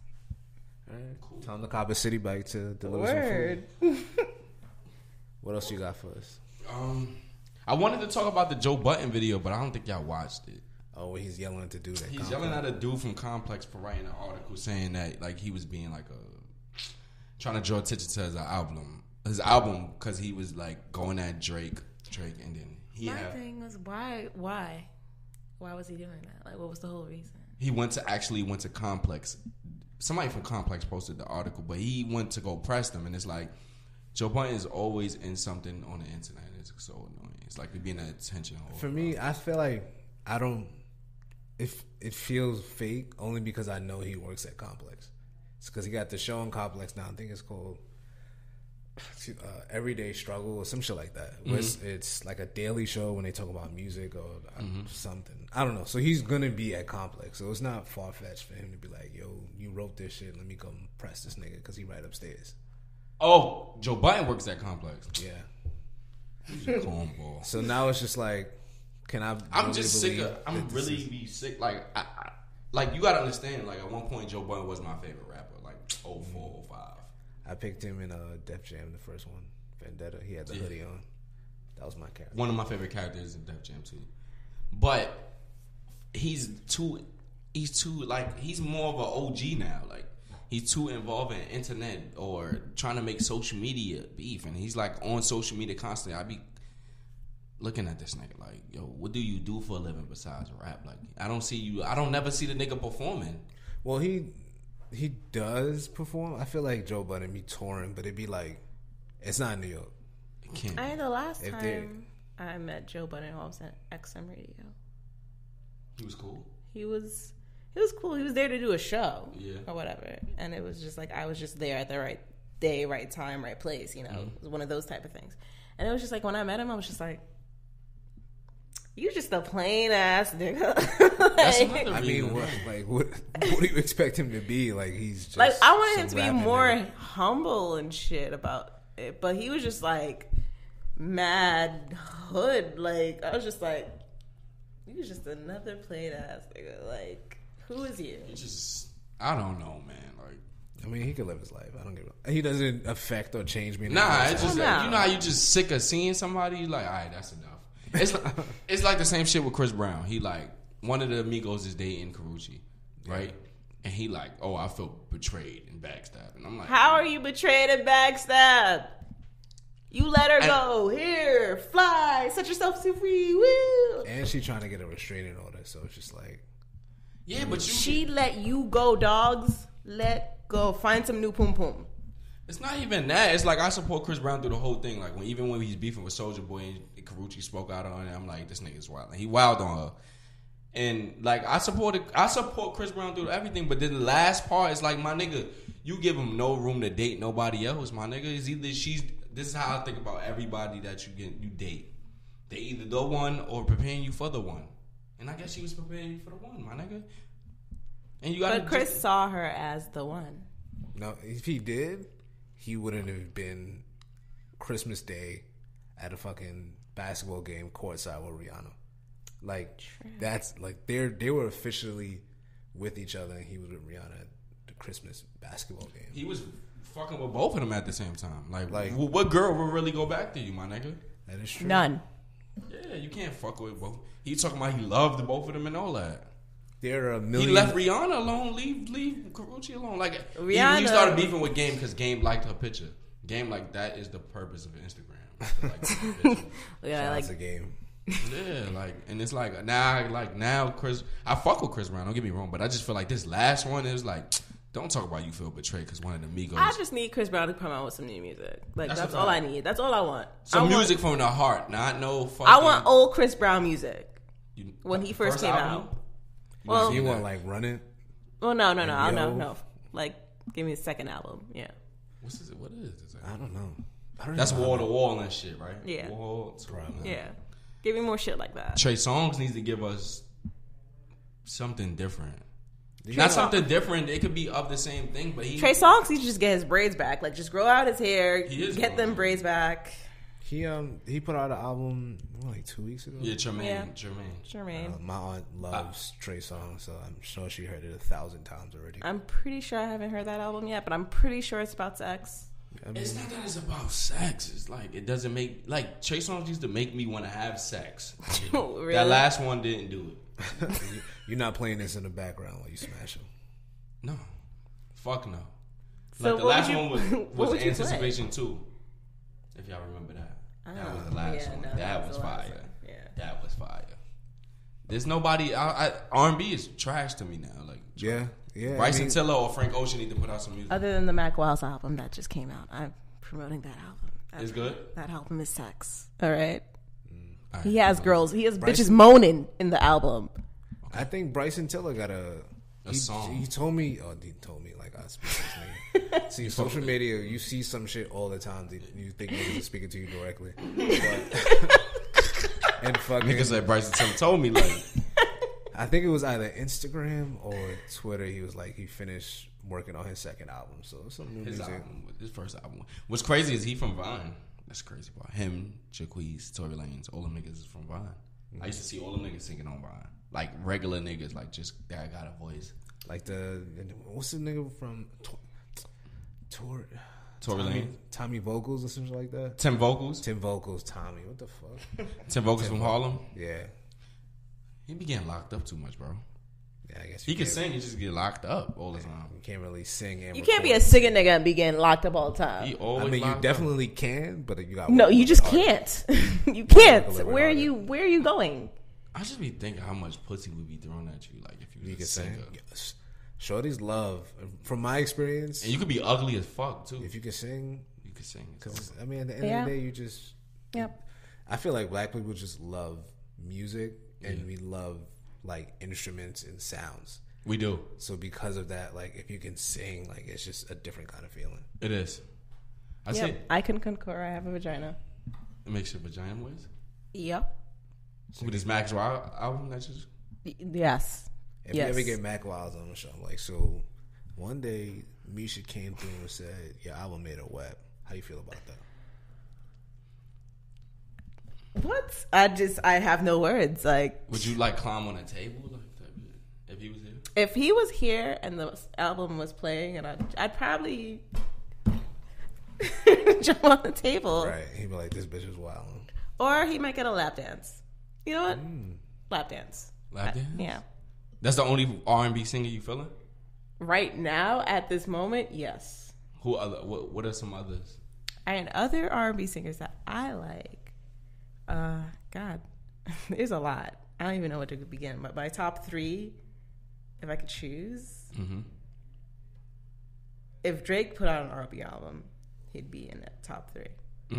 Speaker 3: Tell him the Copper City Bike to deliver some food.
Speaker 2: Word.
Speaker 3: What else you got for us?
Speaker 1: Um, I wanted to talk about the Joe Button video, but I don't think y'all watched it.
Speaker 3: Oh, well, he's yelling at the dude. That
Speaker 1: He's
Speaker 3: complex.
Speaker 1: yelling at a dude from Complex for writing an article saying that like he was being like a trying to draw attention to his album, his album, because he was like going at Drake, Drake, and then he
Speaker 2: My
Speaker 1: had,
Speaker 2: thing was why, why, why was he doing that? Like, what was the whole reason?
Speaker 1: he went to actually went to Complex. Somebody from Complex posted the article, but he went to go press them, and it's like Joe Button is always in something on the internet. It's so annoying. It's like being an attention whore.
Speaker 3: For me, I feel like I don't. If it feels fake, only because I know he works at Complex. It's because he got the show on Complex now. I think it's called excuse- uh, Everyday Struggle or some shit like that. Where It's, it's like a daily show when they talk about music or uh, something. I don't know. So he's gonna be at Complex. So it's not far fetched for him to be like, "Yo, you wrote this shit. Let me come press this nigga because he right upstairs."
Speaker 1: Oh, Joe Button works at Complex.
Speaker 3: Yeah.
Speaker 1: He's a cornball.
Speaker 3: So now it's just like, can I?
Speaker 1: I'm
Speaker 3: really
Speaker 1: just sick
Speaker 3: believe
Speaker 1: of. I'm
Speaker 3: that this
Speaker 1: really
Speaker 3: is-
Speaker 1: be sick. Like, I, I, like you gotta understand. Like at one point, Joe Button was my favorite rapper. Like 04, 05.
Speaker 3: I picked him in uh, Def Jam, the first one, Vendetta. He had the hoodie on. That was my character.
Speaker 1: One of my favorite characters in Def Jam too. But he's too. He's too like he's more of an OG now. Like he's too involved in internet or trying to make social media beef, and he's like on social media constantly. I be looking at this nigga like, yo, what do you do for a living besides rap? Like I don't see you. I don't never see the nigga performing.
Speaker 3: Well, he he does perform. I feel like Joe Budden be touring, but it'd be like it's not New York.
Speaker 1: Can't.
Speaker 2: I the last
Speaker 3: If they-
Speaker 2: time I met Joe Budden Holmes at XM Radio,
Speaker 1: He was cool.
Speaker 2: he was he was cool. He was there to do a show,
Speaker 1: Yeah.
Speaker 2: or whatever. And it was just like I was just there at the right day, right time, right place. You know, it was one of those type of things. And it was just like when I met him, I was just like, "You just a plain ass nigga."
Speaker 1: That's
Speaker 2: Like-
Speaker 1: another
Speaker 3: I
Speaker 1: reason.
Speaker 3: mean, what like what, what do you expect him to be? Like he's just
Speaker 2: like I wanted him to
Speaker 3: some
Speaker 2: be
Speaker 3: rapping
Speaker 2: more
Speaker 3: nigga.
Speaker 2: humble and shit about it, but he was just like mad hood. Like I was just like, you was just another plain ass nigga. Like who is you?
Speaker 1: It's just I don't know, man. Like
Speaker 3: I mean, he could live his life. I don't give a. He doesn't affect or change me. in any
Speaker 1: Nah,
Speaker 3: way.
Speaker 1: it's just
Speaker 2: Oh,
Speaker 1: like,
Speaker 2: no.
Speaker 1: you know how you just sick of seeing somebody. You like, all right, that's enough. It's like, it's like the same shit with Chris Brown. He like one of the amigos is dating Carucci, right? And he like, oh, I feel betrayed and backstabbed. And I'm like,
Speaker 2: How are you betrayed and backstabbed? You let her go. Here, fly. Set yourself free. Woo.
Speaker 3: and she trying to get a restraining order, so it's just like
Speaker 1: yeah, but you.
Speaker 2: She let you go, dogs. Let go. Find some new poom poom.
Speaker 1: It's not even that. It's like I support Chris Brown through the whole thing. Like when even when he's beefing with Soldier Boy and Carucci spoke out on it, I'm like, this nigga's wild. Like, he wild on her. And like I supported, I support Chris Brown through everything. But then the last part is like, my nigga, you give him no room to date nobody else. My nigga is either she's. This is how I think about everybody that you get you date. They either the one or preparing you for the one. And I guess she was preparing you for the one, my nigga. And you got
Speaker 2: But Chris saw her as the one.
Speaker 3: no. If he did, he wouldn't have been Christmas Day at a fucking basketball game courtside with Rihanna. Like that's like they're they were officially with each other, and he was with Rihanna at the Christmas basketball game.
Speaker 1: He was fucking with both of them at the same time. Like,
Speaker 3: Like-
Speaker 1: wh- what girl will really go back to you, my nigga?
Speaker 3: That is true.
Speaker 2: None.
Speaker 1: Yeah, you can't fuck with both. He talking about he loved both of them and all that.
Speaker 3: There are a
Speaker 1: He
Speaker 3: million.
Speaker 1: left Rihanna alone. Leave, leave Karuchi alone. Like he- he,
Speaker 2: Rihanna-
Speaker 1: started beefing with Game because Game liked her picture. Game like that is the purpose of Instagram. Like, her picture.
Speaker 2: Yeah,
Speaker 3: That's
Speaker 2: like
Speaker 3: a game.
Speaker 1: yeah, like, and it's like now, like now, Chris. I fuck with Chris Brown. Don't get me wrong, but I just feel like this last one is like, don't talk about you feel betrayed because one of the Migos.
Speaker 2: I just need Chris Brown to come out with some new music. Like
Speaker 1: That's
Speaker 2: that's,
Speaker 1: the
Speaker 2: all I
Speaker 1: problem.
Speaker 2: need. That's all I want. I
Speaker 1: some
Speaker 2: want-
Speaker 1: music from the heart, not no fucking.
Speaker 2: I want old Chris Brown music.
Speaker 1: You-
Speaker 2: When he first came out. Well,
Speaker 3: You want like running?
Speaker 2: well, no, no, no, I no,
Speaker 3: Yo.
Speaker 2: no. Like, give me the second album. Yeah,
Speaker 1: What's is it? What is this?
Speaker 3: I don't know. I don't
Speaker 1: That's
Speaker 3: even know.
Speaker 1: wall to wall and shit, right?
Speaker 2: Yeah.
Speaker 1: Wall to
Speaker 3: Probably.
Speaker 2: yeah. Give me more shit like that.
Speaker 1: Trey Songs needs to give us something different.
Speaker 3: Did you
Speaker 1: Not
Speaker 3: know-
Speaker 1: something different. It could be of the same thing, but he
Speaker 2: Trey Songz needs to just get his braids back. Like, just grow out his hair.
Speaker 1: He is
Speaker 2: Get
Speaker 1: growing
Speaker 2: them
Speaker 1: out.
Speaker 2: braids back.
Speaker 3: He um he put out an album like two weeks ago.
Speaker 1: Yeah, Ah. Jermaine.
Speaker 2: Yeah.
Speaker 1: Jermaine.
Speaker 2: Jermaine.
Speaker 3: Uh, my aunt loves Trey Songz, so I'm sure she heard it a thousand times already.
Speaker 2: I'm pretty sure I haven't heard that album yet, but I'm pretty sure it's about sex.
Speaker 3: I mean,
Speaker 1: It's not that it's about sex. It's like it doesn't make like Trey Songs used to make me want to have sex.
Speaker 2: really?
Speaker 1: That last one didn't do it.
Speaker 3: you- you're not playing this in the background while you smash him.
Speaker 1: No. Fuck no. like
Speaker 2: So
Speaker 1: the
Speaker 2: what would
Speaker 1: last
Speaker 2: you-
Speaker 1: one
Speaker 2: what
Speaker 1: was
Speaker 2: would
Speaker 1: was
Speaker 2: you play?
Speaker 1: anticipation two. If y'all remember that. That was the last
Speaker 2: Ah, yeah,
Speaker 1: one.
Speaker 2: no, that
Speaker 1: that
Speaker 2: was
Speaker 1: was
Speaker 2: the last
Speaker 1: fire.
Speaker 2: one. Yeah.
Speaker 1: That was fire. There's nobody. I, I, R&B is trash to me now. Like
Speaker 3: Yeah, yeah.
Speaker 1: Bryson
Speaker 3: I mean,
Speaker 1: Tiller or Frank Ocean need to put out some music.
Speaker 2: Other than the Mac Wiles album that just came out, I'm promoting that album. That,
Speaker 1: it's good.
Speaker 2: that album is sex. All right.
Speaker 1: Alright.
Speaker 2: He has girls. He has
Speaker 3: Bryce-
Speaker 2: bitches moaning in the album.
Speaker 1: Oh,
Speaker 3: I think Bryson Tiller got a.
Speaker 1: A
Speaker 3: he,
Speaker 1: song.
Speaker 3: He told me. Oh, he told me like I speak to this nigga. See, social media, you see some shit all the time. That you think niggas are speaking to you directly. But- and fucking,
Speaker 1: Niggas like Bryson Tiller told me like
Speaker 3: I think it was either Instagram or Twitter. He was like, he finished working on his second album, so some new
Speaker 1: his
Speaker 3: music.
Speaker 1: album, his first album. What's crazy is he from Vine. That's crazy about him, Jaquez, Tory Lanez, all them niggas is from Vine. I used to see all them niggas singing on Vine, like regular niggas, like just that got a voice.
Speaker 3: Like the what's the nigga from Tor, Tor
Speaker 1: Tory
Speaker 3: Tommy,
Speaker 1: Lanez,
Speaker 3: Tommy Vocals or something like that.
Speaker 1: Tim Vocals,
Speaker 3: Tim Vocals, Tommy. What the fuck?
Speaker 1: Tim Vocals from Harlem.
Speaker 3: yeah,
Speaker 1: He be getting locked up too much, bro.
Speaker 3: yeah. I guess
Speaker 1: He
Speaker 3: you
Speaker 1: can
Speaker 3: can't-
Speaker 1: sing, he just get locked up all the time.
Speaker 3: You can't really sing. And
Speaker 2: You can't be a
Speaker 3: record.
Speaker 2: singing nigga and be getting locked up all the time.
Speaker 1: He always.
Speaker 3: I mean, you
Speaker 1: locked up.
Speaker 3: definitely can, but you got
Speaker 2: No,
Speaker 3: work
Speaker 2: you just
Speaker 3: hard.
Speaker 2: can't. you
Speaker 3: a
Speaker 2: can't.
Speaker 3: little bit
Speaker 2: Where are
Speaker 3: harder.
Speaker 2: you? Where are you going?
Speaker 1: I just be thinking how much pussy would be thrown at you, like if you was
Speaker 3: You
Speaker 1: a
Speaker 3: can
Speaker 1: singer.
Speaker 3: sing. Yes. Shorties love. From my experience,
Speaker 1: And you could be ugly as fuck too.
Speaker 3: if you can sing,
Speaker 1: You could sing. it's over.
Speaker 3: because I mean, at the end
Speaker 2: Yeah.
Speaker 3: of the day, you just.
Speaker 2: Yep.
Speaker 3: I feel like black people just love music, and
Speaker 1: Mm.
Speaker 3: we love like instruments and sounds.
Speaker 1: We do.
Speaker 3: So because of that, like if you can sing, like it's just a different kind of feeling.
Speaker 1: It is. I say
Speaker 2: Yep. I can concur. I have a vagina.
Speaker 1: it makes your vagina moist.
Speaker 2: Yep.
Speaker 1: With this Max Wild album that you
Speaker 2: Yes.
Speaker 3: If
Speaker 2: Yes.
Speaker 3: you ever get Mac Wiles on the show, I'm like, so one day Misha came through and said, "Your album made a web." How you feel about that?
Speaker 2: What? I just I have no words. Like
Speaker 1: would you like climb on a table like that if he was here?
Speaker 2: if he was here and the album was playing, and I, I'd probably jump on the table,
Speaker 3: Right. He'd be like, this bitch is wild.
Speaker 2: or he might get a lap dance. You know what? Lap dance.
Speaker 1: Lap dance?
Speaker 2: Uh, Yeah.
Speaker 1: That's the only R and B singer you feeling?
Speaker 2: Right now, at this moment, yes.
Speaker 1: Who other? What, what are some others?
Speaker 2: And other R&B singers that I like, uh, God, there's a lot. I don't even know what to begin. But my top three, if I could choose,
Speaker 1: Mhm.
Speaker 2: if Drake put out an R&B album, he'd be in that top three.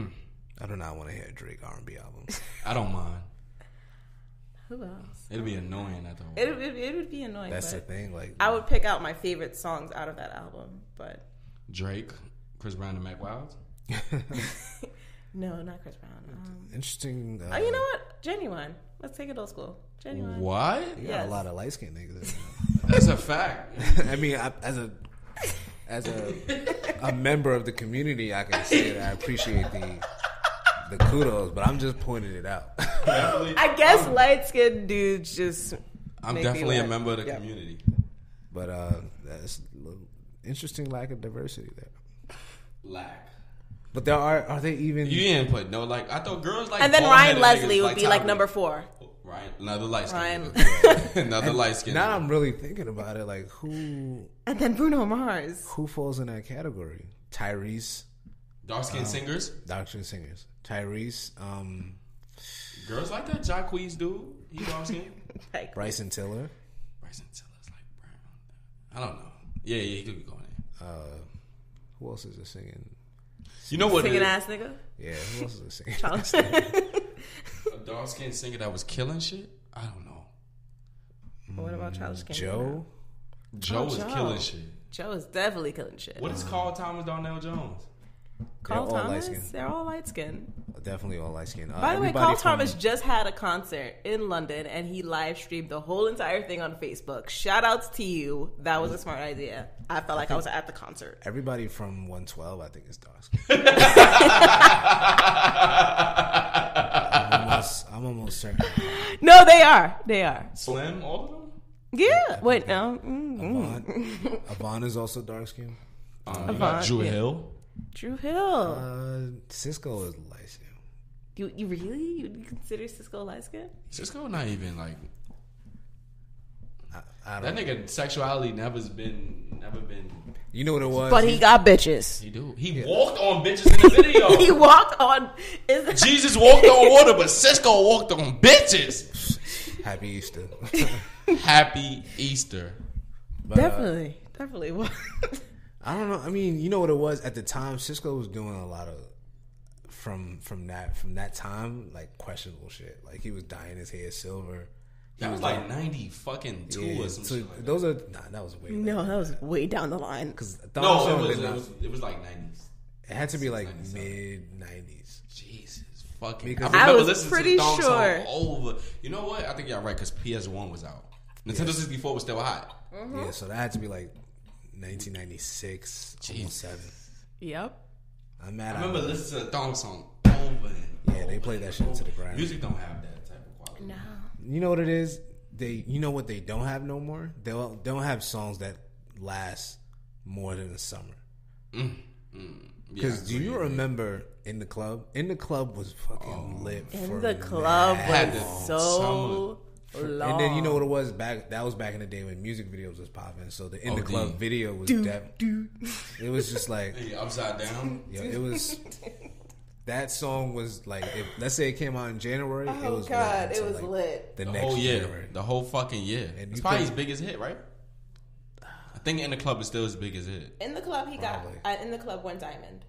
Speaker 3: I do not want to hear a Drake R&B album.
Speaker 1: I don't mind.
Speaker 2: Who else?
Speaker 1: It'd be annoying at the
Speaker 2: It, it, it would be annoying.
Speaker 3: That's the
Speaker 2: but
Speaker 3: thing. Like,
Speaker 2: I would pick out my favorite songs out of that album, but
Speaker 1: Drake, Chris Brown, and Mac Wilds.
Speaker 2: no, not Chris Brown. Um,
Speaker 3: interesting. Uh,
Speaker 2: oh, you know what? Genuine. Let's take it old school. Genuine.
Speaker 1: What?
Speaker 3: you got
Speaker 2: Yes.
Speaker 3: a lot of light skinned niggas.
Speaker 1: That's a fact.
Speaker 3: I mean, I, as a as a a member of the community, I can say that I appreciate the the kudos, but I'm just pointing it out.
Speaker 1: Definitely-
Speaker 2: I guess light skinned dudes just.
Speaker 1: I'm
Speaker 2: Make me
Speaker 1: definitely a
Speaker 2: laugh.
Speaker 1: member of the
Speaker 2: Yeah.
Speaker 1: community.
Speaker 3: but uh, that's a little- interesting lack of diversity there.
Speaker 1: Lack.
Speaker 3: But there are are they even?
Speaker 1: You didn't put no like. I thought girls like.
Speaker 2: And then Ryan
Speaker 1: bald-headed
Speaker 2: Leslie
Speaker 1: niggas
Speaker 2: would be like
Speaker 1: Tyra.
Speaker 2: number four.
Speaker 1: Ryan, another light
Speaker 2: Ryan.
Speaker 1: skin. another light skin.
Speaker 3: Now I'm really thinking about it. Like who
Speaker 2: And then Bruno Mars.
Speaker 3: who falls in that category? Tyrese,
Speaker 1: Dark skinned singers.
Speaker 3: Doctrine Singers. Tyrese, um,
Speaker 1: Girls like that Jacquees dude. He dark skinned.
Speaker 2: Like,
Speaker 3: Bryson Tiller.
Speaker 1: Bryson Tiller's like brown. I don't know. Yeah, yeah, he could be going in.
Speaker 3: Uh, who else is a singing?
Speaker 1: You know what? it
Speaker 2: singing
Speaker 1: is?
Speaker 2: ass nigga.
Speaker 3: Yeah, who else is a singing?
Speaker 1: A dark skinned singer that was killing shit. I don't know.
Speaker 2: what about Childish Gambino?
Speaker 3: Joe.
Speaker 1: Joe
Speaker 2: Oh,
Speaker 1: was
Speaker 2: Joe.
Speaker 1: killing shit.
Speaker 2: Joe is definitely killing shit.
Speaker 1: What is Carl Thomas Darnell Jones?
Speaker 2: Carl
Speaker 3: They're all
Speaker 2: Thomas?
Speaker 3: light-skinned.
Speaker 2: They're all light skinned.
Speaker 3: Definitely all light skin. Uh,
Speaker 2: By the way,
Speaker 3: everybody
Speaker 2: Carl
Speaker 3: from-
Speaker 2: Thomas just had a concert in London and he live streamed the whole entire thing on Facebook. Shout outs to you. That was a smart idea. I felt like I was at the concert.
Speaker 3: Everybody from 112, I think, is dark. I'm almost, I'm almost certain.
Speaker 2: No, they are. They are.
Speaker 1: Slim, all of them.
Speaker 2: Yeah. Wait, no. Mm,
Speaker 3: Avon, Avon is also dark skinned.
Speaker 1: Um, you
Speaker 2: Avant,
Speaker 1: got Drew
Speaker 2: yeah.
Speaker 1: Hill.
Speaker 2: Drew Hill.
Speaker 3: Uh, Cisco is light skinned.
Speaker 2: You, you really? You consider Cisco light skin?
Speaker 1: Cisco not even like
Speaker 3: I don't
Speaker 1: that nigga. Sexuality never's been never been.
Speaker 3: You know what it was?
Speaker 2: But he got bitches.
Speaker 1: He do. He walked on bitches in the video.
Speaker 2: He walked on. Is,
Speaker 1: Jesus walked on water, but Cisco walked on bitches.
Speaker 3: Happy Easter.
Speaker 1: Happy Easter.
Speaker 3: but, uh,
Speaker 2: definitely. Definitely walked.
Speaker 3: I don't know. I mean, you know what it was at the time. Cisco was doing a lot of from from that from that time, like questionable shit. Like he was dyeing his hair silver.
Speaker 1: That was like ninety fucking two
Speaker 3: Yeah,
Speaker 1: or some
Speaker 3: so
Speaker 1: shit. Like that.
Speaker 3: those are nah. That was way. later.
Speaker 2: No, that was way down the line.
Speaker 3: Because
Speaker 1: No,
Speaker 3: no,
Speaker 1: it was,
Speaker 3: did
Speaker 1: it
Speaker 3: not.
Speaker 1: was it was like nineties.
Speaker 3: It had to be like mid '90s.
Speaker 1: Jesus fucking.
Speaker 3: Because-
Speaker 1: I remember
Speaker 2: I was
Speaker 1: listening
Speaker 2: pretty
Speaker 1: to Thong
Speaker 2: sure.
Speaker 1: song over. You know what? I think y'all right because PS One was out. Nintendo sixty four was still hot.
Speaker 3: Yeah, so that had to be like 1996, almost seven.
Speaker 2: Yep.
Speaker 3: I'm mad.
Speaker 1: I
Speaker 3: I
Speaker 1: remember listening to the Thong song over and
Speaker 3: Yeah, they played that shit into the ground.
Speaker 1: Music don't have that type of quality.
Speaker 2: No.
Speaker 3: You know what it is? They, you know what they don't have no more? They don't, they don't have songs that last more than the summer. Because
Speaker 1: Yeah, Oh.
Speaker 3: do you remember in the club? In the club was fucking lit. for
Speaker 2: In the club
Speaker 3: mad
Speaker 1: Had
Speaker 2: was
Speaker 1: to-
Speaker 2: so long.
Speaker 3: And then you know what it was back? That was back in the day when music videos was popping. So the in the
Speaker 1: OD.
Speaker 3: club video was def- it was just like
Speaker 1: Yeah, upside down.
Speaker 3: Yeah, it was. That song was like, if, let's say it came out in January. it
Speaker 2: Oh
Speaker 3: was
Speaker 2: God,
Speaker 3: lit
Speaker 2: it
Speaker 3: until,
Speaker 2: was
Speaker 3: like,
Speaker 2: lit.
Speaker 3: The,
Speaker 1: The
Speaker 3: next
Speaker 1: whole year.
Speaker 3: January.
Speaker 1: The whole fucking year.
Speaker 3: And
Speaker 1: it's
Speaker 3: you
Speaker 1: probably his
Speaker 3: couldn't-
Speaker 1: biggest hit, right? I think in the club is still his biggest hit.
Speaker 2: In the club, he got
Speaker 3: Probably.
Speaker 2: uh, in the club went diamond.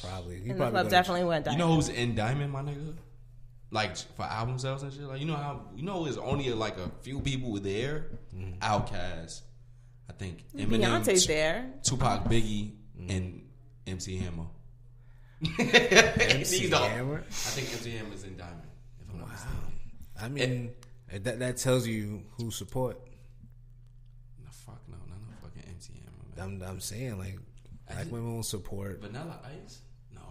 Speaker 3: Probably. You
Speaker 2: In the
Speaker 3: probably
Speaker 2: club,
Speaker 3: gonna-
Speaker 2: definitely went
Speaker 1: You
Speaker 2: diamond.
Speaker 1: know who's in Diamond, my nigga? Like for album sales and shit. Like you know how you know it's only like a few people were there. Outcast, I think Eminem,
Speaker 2: Mm-hmm. Beyonce's
Speaker 1: Tu-
Speaker 2: there. Mm-hmm.
Speaker 1: Tupac, Biggie, and MC Hammer.
Speaker 3: MC
Speaker 1: These are-
Speaker 3: Hammer?
Speaker 1: I think MC Hammer's in Diamond. If I'm not mistaken.
Speaker 3: I mean, that, that tells you who support.
Speaker 1: No, fuck no, not no fucking MC Hammer. Man.
Speaker 3: I'm, I'm saying, like, black women will support.
Speaker 1: Vanilla Ice? No,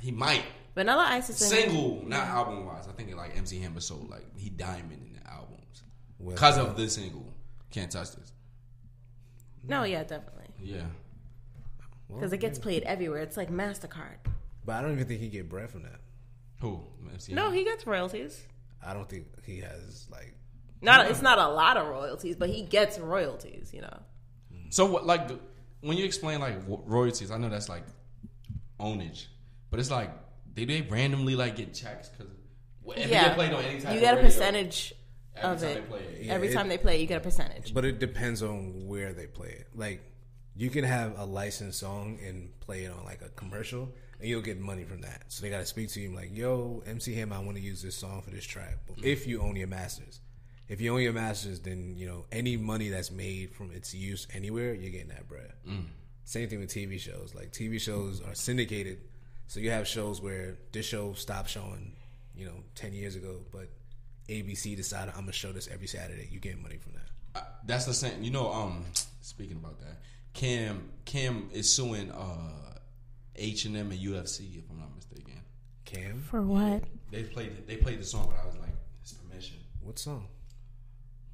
Speaker 1: he might
Speaker 2: Vanilla Ice is in
Speaker 1: single, not album wise. I think like MC Hammer sold like he diamond in the albums.
Speaker 3: with
Speaker 1: Because of this single. Can't touch this.
Speaker 2: No, yeah, definitely.
Speaker 1: Yeah.
Speaker 2: Because it gets played everywhere. It's like Mastercard.
Speaker 3: But I don't even think he get bread from that.
Speaker 1: Who? MC?
Speaker 2: No, he gets royalties.
Speaker 3: I don't think he has like
Speaker 2: Not it's not a lot of royalties, but he gets royalties. You know.
Speaker 1: So what? Like the, when you explain like wo- royalties, I know that's like ownage, but it's like they they randomly like get checks because if you get played on any type
Speaker 2: you
Speaker 1: of
Speaker 2: get a
Speaker 1: radio,
Speaker 2: percentage
Speaker 1: every
Speaker 2: of
Speaker 1: time
Speaker 2: it.
Speaker 1: They play it.
Speaker 2: Every
Speaker 3: it-
Speaker 2: time they play, you get a percentage.
Speaker 3: But it depends on where they play it. Like, you can have a licensed song and play it on like a commercial, and you'll get money from that. So they got to speak to you like, "Yo, MC Hammer, I want to use this song for this track." If you own your masters, if you own your masters, then you know any money that's made from its use anywhere, you're getting that bread. Same thing with TV shows. Like TV shows are syndicated, so you have shows where this show stopped showing, you know, ten years ago, but ABC decided I'm gonna show this every Saturday. You get money from that.
Speaker 1: Uh, that's the same. You know, um, speaking about that, Cam Cam is suing uh H and M and UFC if I'm not mistaken.
Speaker 3: Cam.
Speaker 2: For what?
Speaker 1: They played it- they played the song, but I was like, it's permission.
Speaker 3: What song?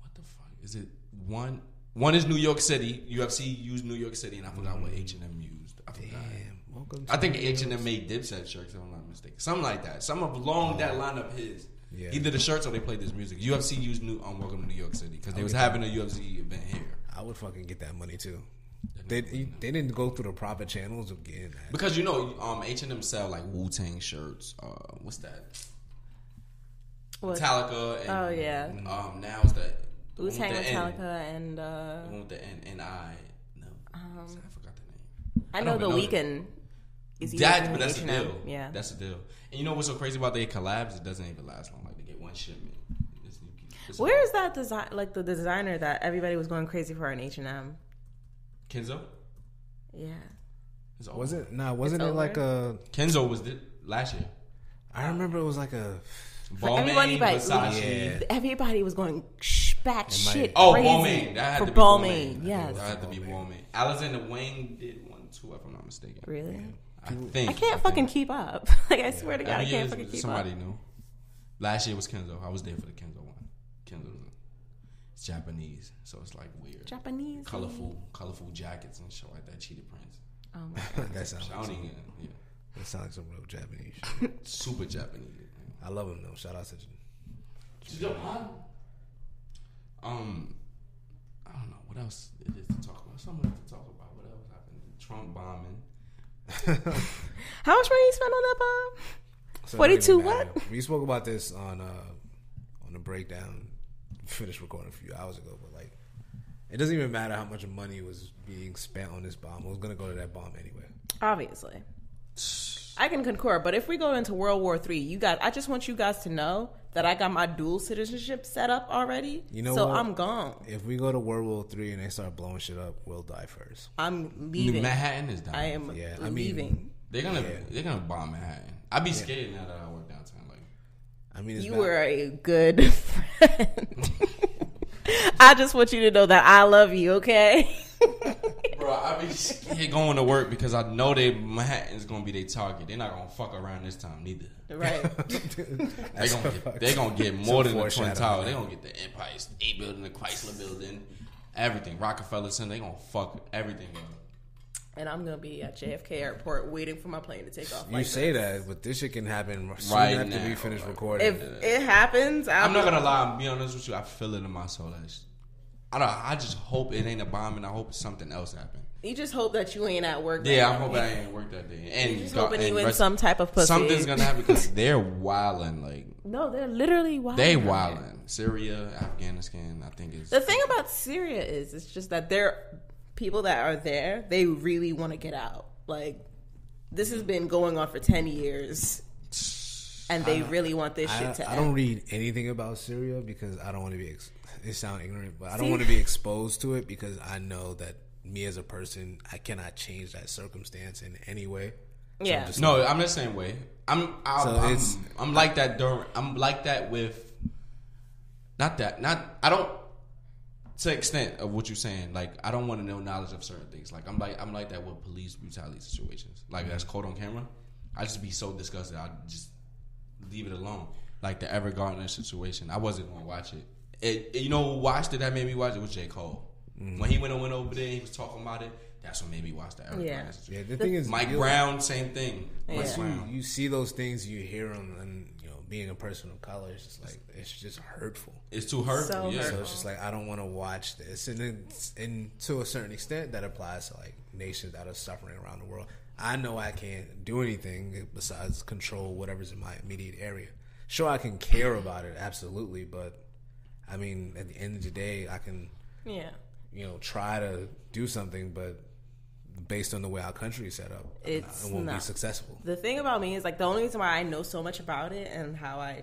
Speaker 1: What the fuck is it? One one is New York City. UFC used New York City, and I forgot what H and M used. I forgot.
Speaker 3: Damn, welcome. To
Speaker 1: I think H and M made Dipset shirts, if I'm not mistaken. Something like that. Some along that line of his.
Speaker 3: Yeah.
Speaker 1: Either the shirts or they played this music. UFC used new on Welcome to New York City because they was having a UFC event here.
Speaker 3: I would fucking get that money too. They they didn't go through the proper channels of getting that.
Speaker 1: Because you know, um, H and M sell like Wu Tang shirts. Uh, what's that?
Speaker 2: What?
Speaker 1: Metallica. And,
Speaker 2: Oh, yeah.
Speaker 1: Um, now it's the the one
Speaker 2: Wu
Speaker 1: with
Speaker 2: Tang
Speaker 1: the N.
Speaker 2: Metallica and uh,
Speaker 1: The one with the N N I. No,
Speaker 2: Um,
Speaker 1: I forgot the name.
Speaker 2: I
Speaker 1: I
Speaker 2: know
Speaker 1: don't even know that.
Speaker 2: the weekend. Is
Speaker 1: That,
Speaker 2: using
Speaker 1: but that's a
Speaker 2: H&M.
Speaker 1: deal.
Speaker 2: Yeah.
Speaker 1: that's a deal. And you know what's so crazy about their collabs? It doesn't even last long. Like they get one shipment. It's- it's-
Speaker 2: Where is that design? Like the designer that everybody was going crazy for in H and M.
Speaker 1: Kenzo?
Speaker 2: Yeah.
Speaker 1: It's over.
Speaker 3: Was it? Nah, wasn't
Speaker 2: It's
Speaker 3: it like a?
Speaker 1: Kenzo was the, last year.
Speaker 3: I remember it was like a.
Speaker 2: everybody
Speaker 1: Balmain,
Speaker 2: but-
Speaker 1: Versace.
Speaker 3: Yeah.
Speaker 2: Everybody was going sh- bat
Speaker 3: might-
Speaker 2: shit
Speaker 1: Oh,
Speaker 2: crazy
Speaker 1: Balmain. That had
Speaker 2: for
Speaker 1: to be
Speaker 2: Balmain.
Speaker 1: Balmain.
Speaker 2: Yes.
Speaker 1: That had to be Balmain. Alexander Wang did one too, if I'm not mistaken.
Speaker 2: Really?
Speaker 1: I think.
Speaker 2: I can't fucking
Speaker 1: think.
Speaker 2: keep up. Like I swear to God, I
Speaker 1: Every year
Speaker 2: can't
Speaker 1: is
Speaker 2: fucking keep
Speaker 1: somebody
Speaker 2: up.
Speaker 1: new. Last year was Kenzo. I was there for the Kenzo one. Kenzo, it's Japanese, so it's like weird,
Speaker 2: Japanese.
Speaker 1: colorful, colorful jackets and shit like that. Cheetah prints.
Speaker 2: Oh my God.
Speaker 3: that sounds.
Speaker 1: I don't even. Yeah,
Speaker 3: That sounds like some real Japanese. shit.
Speaker 1: super Japanese.
Speaker 3: I love him though. Shout out to.
Speaker 1: Um, I don't know what else it is to talk about. Something to talk about. What else happened? Trump bombing.
Speaker 2: How much money you spent on that bomb?
Speaker 3: So
Speaker 2: 42
Speaker 3: it doesn't
Speaker 2: what?
Speaker 3: matter. We spoke about this on uh on the breakdown. Finished recording a few hours ago, but like, it doesn't even matter how much money was being spent on this bomb. It was gonna go to that bomb anyway.
Speaker 2: Obviously. I can concur, but if we go into World War Three, you guys, I just want you guys to know that I got my dual citizenship set up already.
Speaker 3: You know
Speaker 2: so
Speaker 3: what?
Speaker 2: I'm gone.
Speaker 3: If we go to World War Three and they start blowing shit up, we'll die first.
Speaker 2: I'm leaving.
Speaker 1: Manhattan is dying.
Speaker 2: I am
Speaker 3: Yeah, I mean-
Speaker 2: leaving.
Speaker 1: They're gonna
Speaker 3: Yeah.
Speaker 1: they're gonna bomb Manhattan. I'd be scared now that I work downtown. Like
Speaker 3: I mean, it's
Speaker 2: you
Speaker 3: not-
Speaker 2: were a good friend. I just want you to know that I love you. Okay.
Speaker 1: Bro, I be scared going to work because I know they Manhattan's gonna be their target. They're not gonna fuck around this time neither.
Speaker 2: right.
Speaker 1: They
Speaker 3: That's
Speaker 1: gonna
Speaker 3: so
Speaker 1: get,
Speaker 3: fucked.
Speaker 1: they gonna get more
Speaker 3: Some
Speaker 1: than the Twin
Speaker 3: foreshadowing.
Speaker 1: Tower. They gonna get the Empire State Building, the Chrysler Building, everything. Rockefeller Center. They gonna fuck everything. Up.
Speaker 2: And I'm gonna be at JFK Airport waiting for my plane to take off.
Speaker 3: You
Speaker 2: like
Speaker 3: say that, but this shit can happen soon
Speaker 1: Right
Speaker 3: after
Speaker 1: now,
Speaker 3: we finish
Speaker 1: like-
Speaker 3: recording.
Speaker 2: if it happens, I'm,
Speaker 1: I'm not gonna lie. I'm be honest with you. I feel it in my soul. That sh- I don't. I just hope it ain't a bombing. I hope something else happened.
Speaker 2: You just hope that you ain't at work.
Speaker 1: Yeah,
Speaker 2: right
Speaker 1: I'm
Speaker 2: now.
Speaker 1: hoping I ain't work that day. And
Speaker 2: Just
Speaker 1: God-
Speaker 2: hoping
Speaker 1: and
Speaker 2: you win
Speaker 1: rest-
Speaker 2: some type of pussy.
Speaker 1: something's gonna happen because they're wilding. Like
Speaker 2: No, they're literally wild.
Speaker 1: they wilding. Syria, Afghanistan. I think is
Speaker 2: The thing about Syria is, it's just that they're people that are there. They really want to get out. Like this has been going on for ten years, and they really want this
Speaker 3: I,
Speaker 2: shit to
Speaker 3: I
Speaker 2: end.
Speaker 3: don't read anything about Syria because I don't want to be. Ex- it sound ignorant, but I don't
Speaker 2: See?
Speaker 3: want to be exposed to it because I know that me as a person, I cannot change that circumstance in any way.
Speaker 2: yeah,
Speaker 3: just-
Speaker 1: no. I'm the same way. I'm. I'm,
Speaker 3: So
Speaker 1: I'm,
Speaker 3: it's-
Speaker 1: I'm like that during. I'm like that with. Not that. Not. I don't. To the extent of what you're saying, like I don't want to know knowledge of certain things. Like I'm like I'm like that with police brutality situations. Like that's
Speaker 3: Mm-hmm.
Speaker 1: caught on camera. I just be so disgusted. I just leave it alone. Like the Evergarden situation, I wasn't gonna watch it. And, and you know, who watched it. That made me watch it was J Cole.
Speaker 3: Mm-hmm.
Speaker 1: When he went and went over there, he was talking about it. That's what made me watch that. Eric
Speaker 2: Yeah.
Speaker 1: Bland's-
Speaker 3: Yeah, the thing is,
Speaker 1: Mike
Speaker 3: you-
Speaker 1: Brown, same thing. Mike
Speaker 2: Yeah.
Speaker 1: Brown.
Speaker 3: You, you see those things, you hear them, and you know, being a person of color, it's just like it's just hurtful.
Speaker 1: It's too hurtful.
Speaker 2: So
Speaker 1: yeah.
Speaker 3: So it's just like I don't want to watch this, and then and to a certain extent, that applies to like nations that are suffering around the world. I know I can't do anything besides control whatever's in my immediate area. Sure, I can care about it absolutely, but I mean, at the end of the day, I can
Speaker 2: Yeah.
Speaker 3: you know try to do something, but based on the way our country is set up,
Speaker 2: It's
Speaker 3: it won't be
Speaker 2: not.
Speaker 3: successful.
Speaker 2: The thing about me is like the only reason why I know so much about it and how I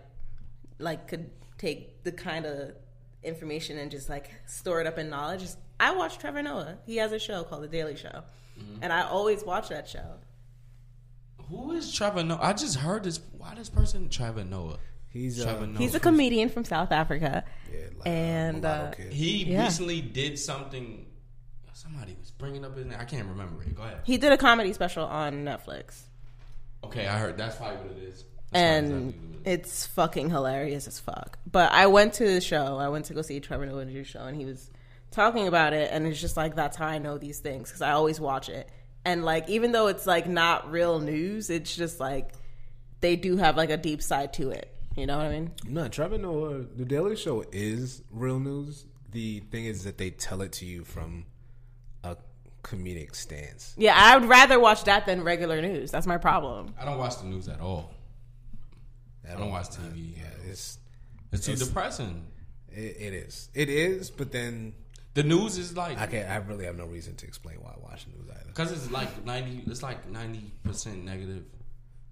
Speaker 2: like could take the kind of information and just like store it up in knowledge is I watch Trevor Noah. He has a show called The Daily Show.
Speaker 3: Mm-hmm.
Speaker 2: And I always watch that show.
Speaker 1: Who is Trevor Noah? I just heard this. Why this person Trevor Noah?
Speaker 3: He's
Speaker 1: Trevor
Speaker 3: uh,
Speaker 1: Noah.
Speaker 2: He's a comedian from South Africa.
Speaker 3: yeah, like,
Speaker 2: And,
Speaker 3: a mulatto
Speaker 2: uh,
Speaker 3: kid.
Speaker 1: He
Speaker 2: Yeah.
Speaker 1: recently did something. Somebody was bringing up his name. I can't remember it. Go ahead.
Speaker 2: He did a comedy special on Netflix.
Speaker 1: Okay, I heard. That's probably what it is. That's probably
Speaker 2: and
Speaker 1: exactly what it
Speaker 2: it's fucking hilarious as fuck. But I went to the show. I went to go see Trevor Noah's show, and he was talking about it. And it's just like that's how I know these things because I always watch it. And like even though it's like not real news, it's just like they do have like a deep side to it. You know what I mean?
Speaker 3: No, Trevor Noah, The Daily Show is real news. The thing is that they tell it to you from a comedic stance.
Speaker 2: Yeah, I would rather watch that than regular news. That's my problem.
Speaker 1: is. I don't watch the news at all. I don't watch TV.
Speaker 3: Yeah, it's
Speaker 1: It's too depressing.
Speaker 3: it, it is it is, but then
Speaker 1: The news is like
Speaker 3: I can not I really have no reason to explain why I watch news either.
Speaker 1: because it's like ninety. It's like ninety percent negative.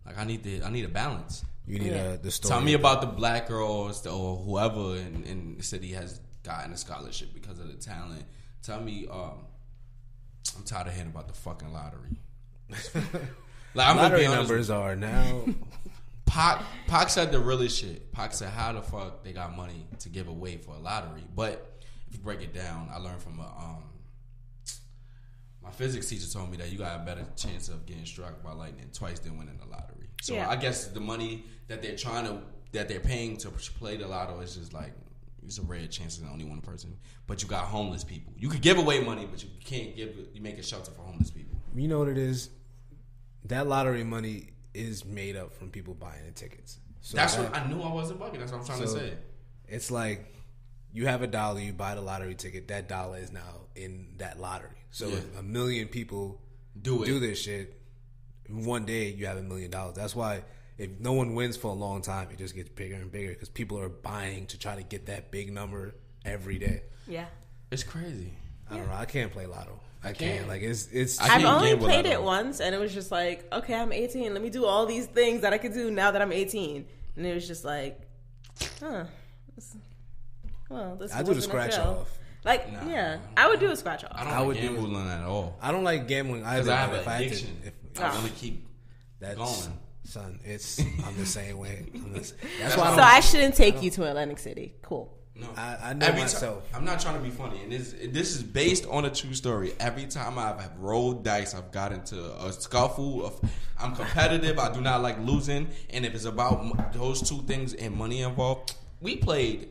Speaker 1: Like I need the I need a balance.
Speaker 3: You need
Speaker 2: Yeah.
Speaker 3: uh the story.
Speaker 1: Tell me about the black girls or whoever in, in the city has gotten a scholarship because of the talent. Tell me, um, I'm tired of hearing about the fucking lottery. like I'm gonna
Speaker 3: lottery
Speaker 1: be honest.
Speaker 3: numbers are now.
Speaker 1: Pac, Pac said the realest shit. Pac said how the fuck they got money to give away for a lottery. But if you break it down, I learned from a, um, my physics teacher told me that you got a better chance of getting struck by lightning twice than winning the lottery. So
Speaker 2: Yeah.
Speaker 1: I guess the money that they're trying to that they're paying to play the lotto is just like it's a rare chance it's only one person. But you got homeless people. You could give away money, but you can't give you make a shelter for homeless people.
Speaker 3: you know what it is? That lottery money is made up from people buying the tickets. So
Speaker 1: That's
Speaker 3: that-
Speaker 1: what I knew I wasn't bugging. That's what I'm trying
Speaker 3: So-
Speaker 1: to say.
Speaker 3: It's like you have a dollar, you buy the lottery ticket, that dollar is now in that lottery. So
Speaker 1: Yeah.
Speaker 3: if a million people
Speaker 1: Do it.
Speaker 3: do this shit, in one day you have a million dollars. That's why if no one wins for a long time, it just gets bigger and bigger because people are buying to try to get that big number every day.
Speaker 2: Yeah.
Speaker 1: It's crazy.
Speaker 3: I don't know. I can't play lotto. I
Speaker 1: can't.
Speaker 3: can't. Like it's it's
Speaker 1: I
Speaker 2: I've
Speaker 1: can't
Speaker 2: only
Speaker 1: gamble
Speaker 2: played
Speaker 1: at
Speaker 2: it
Speaker 1: all.
Speaker 2: once, and it was just like, okay, I'm 18. Let me do all these things that I could do now that I'm 18. And it was just like, huh. this- Well, this
Speaker 3: I do the
Speaker 2: wasn't
Speaker 3: scratch
Speaker 2: show.
Speaker 3: off.
Speaker 2: Like,
Speaker 1: Nah.
Speaker 2: yeah, I would do a scratch
Speaker 1: I
Speaker 2: off.
Speaker 1: don't
Speaker 3: I
Speaker 1: like
Speaker 3: would do-
Speaker 1: gambling at all.
Speaker 3: I don't like gambling
Speaker 1: Because
Speaker 3: either.
Speaker 1: I have
Speaker 3: but if
Speaker 1: an
Speaker 3: had to-
Speaker 1: addiction.
Speaker 3: if-
Speaker 1: I
Speaker 2: Ah.
Speaker 1: want to keep
Speaker 3: that's,
Speaker 1: Going.
Speaker 3: Son, it's I'm the same way. I'm the, s- that's why I
Speaker 2: So
Speaker 3: don't.
Speaker 2: I shouldn't take you to Atlantic City. Cool.
Speaker 1: no.
Speaker 3: I- I know
Speaker 1: ti-
Speaker 3: myself.
Speaker 1: I'm not trying to be funny, and this this is based on a true story. Every time I've have rolled dice, I've got into a scuffle. Of, I'm competitive. I do not like losing, and if it's about m- those two things and money involved, we played.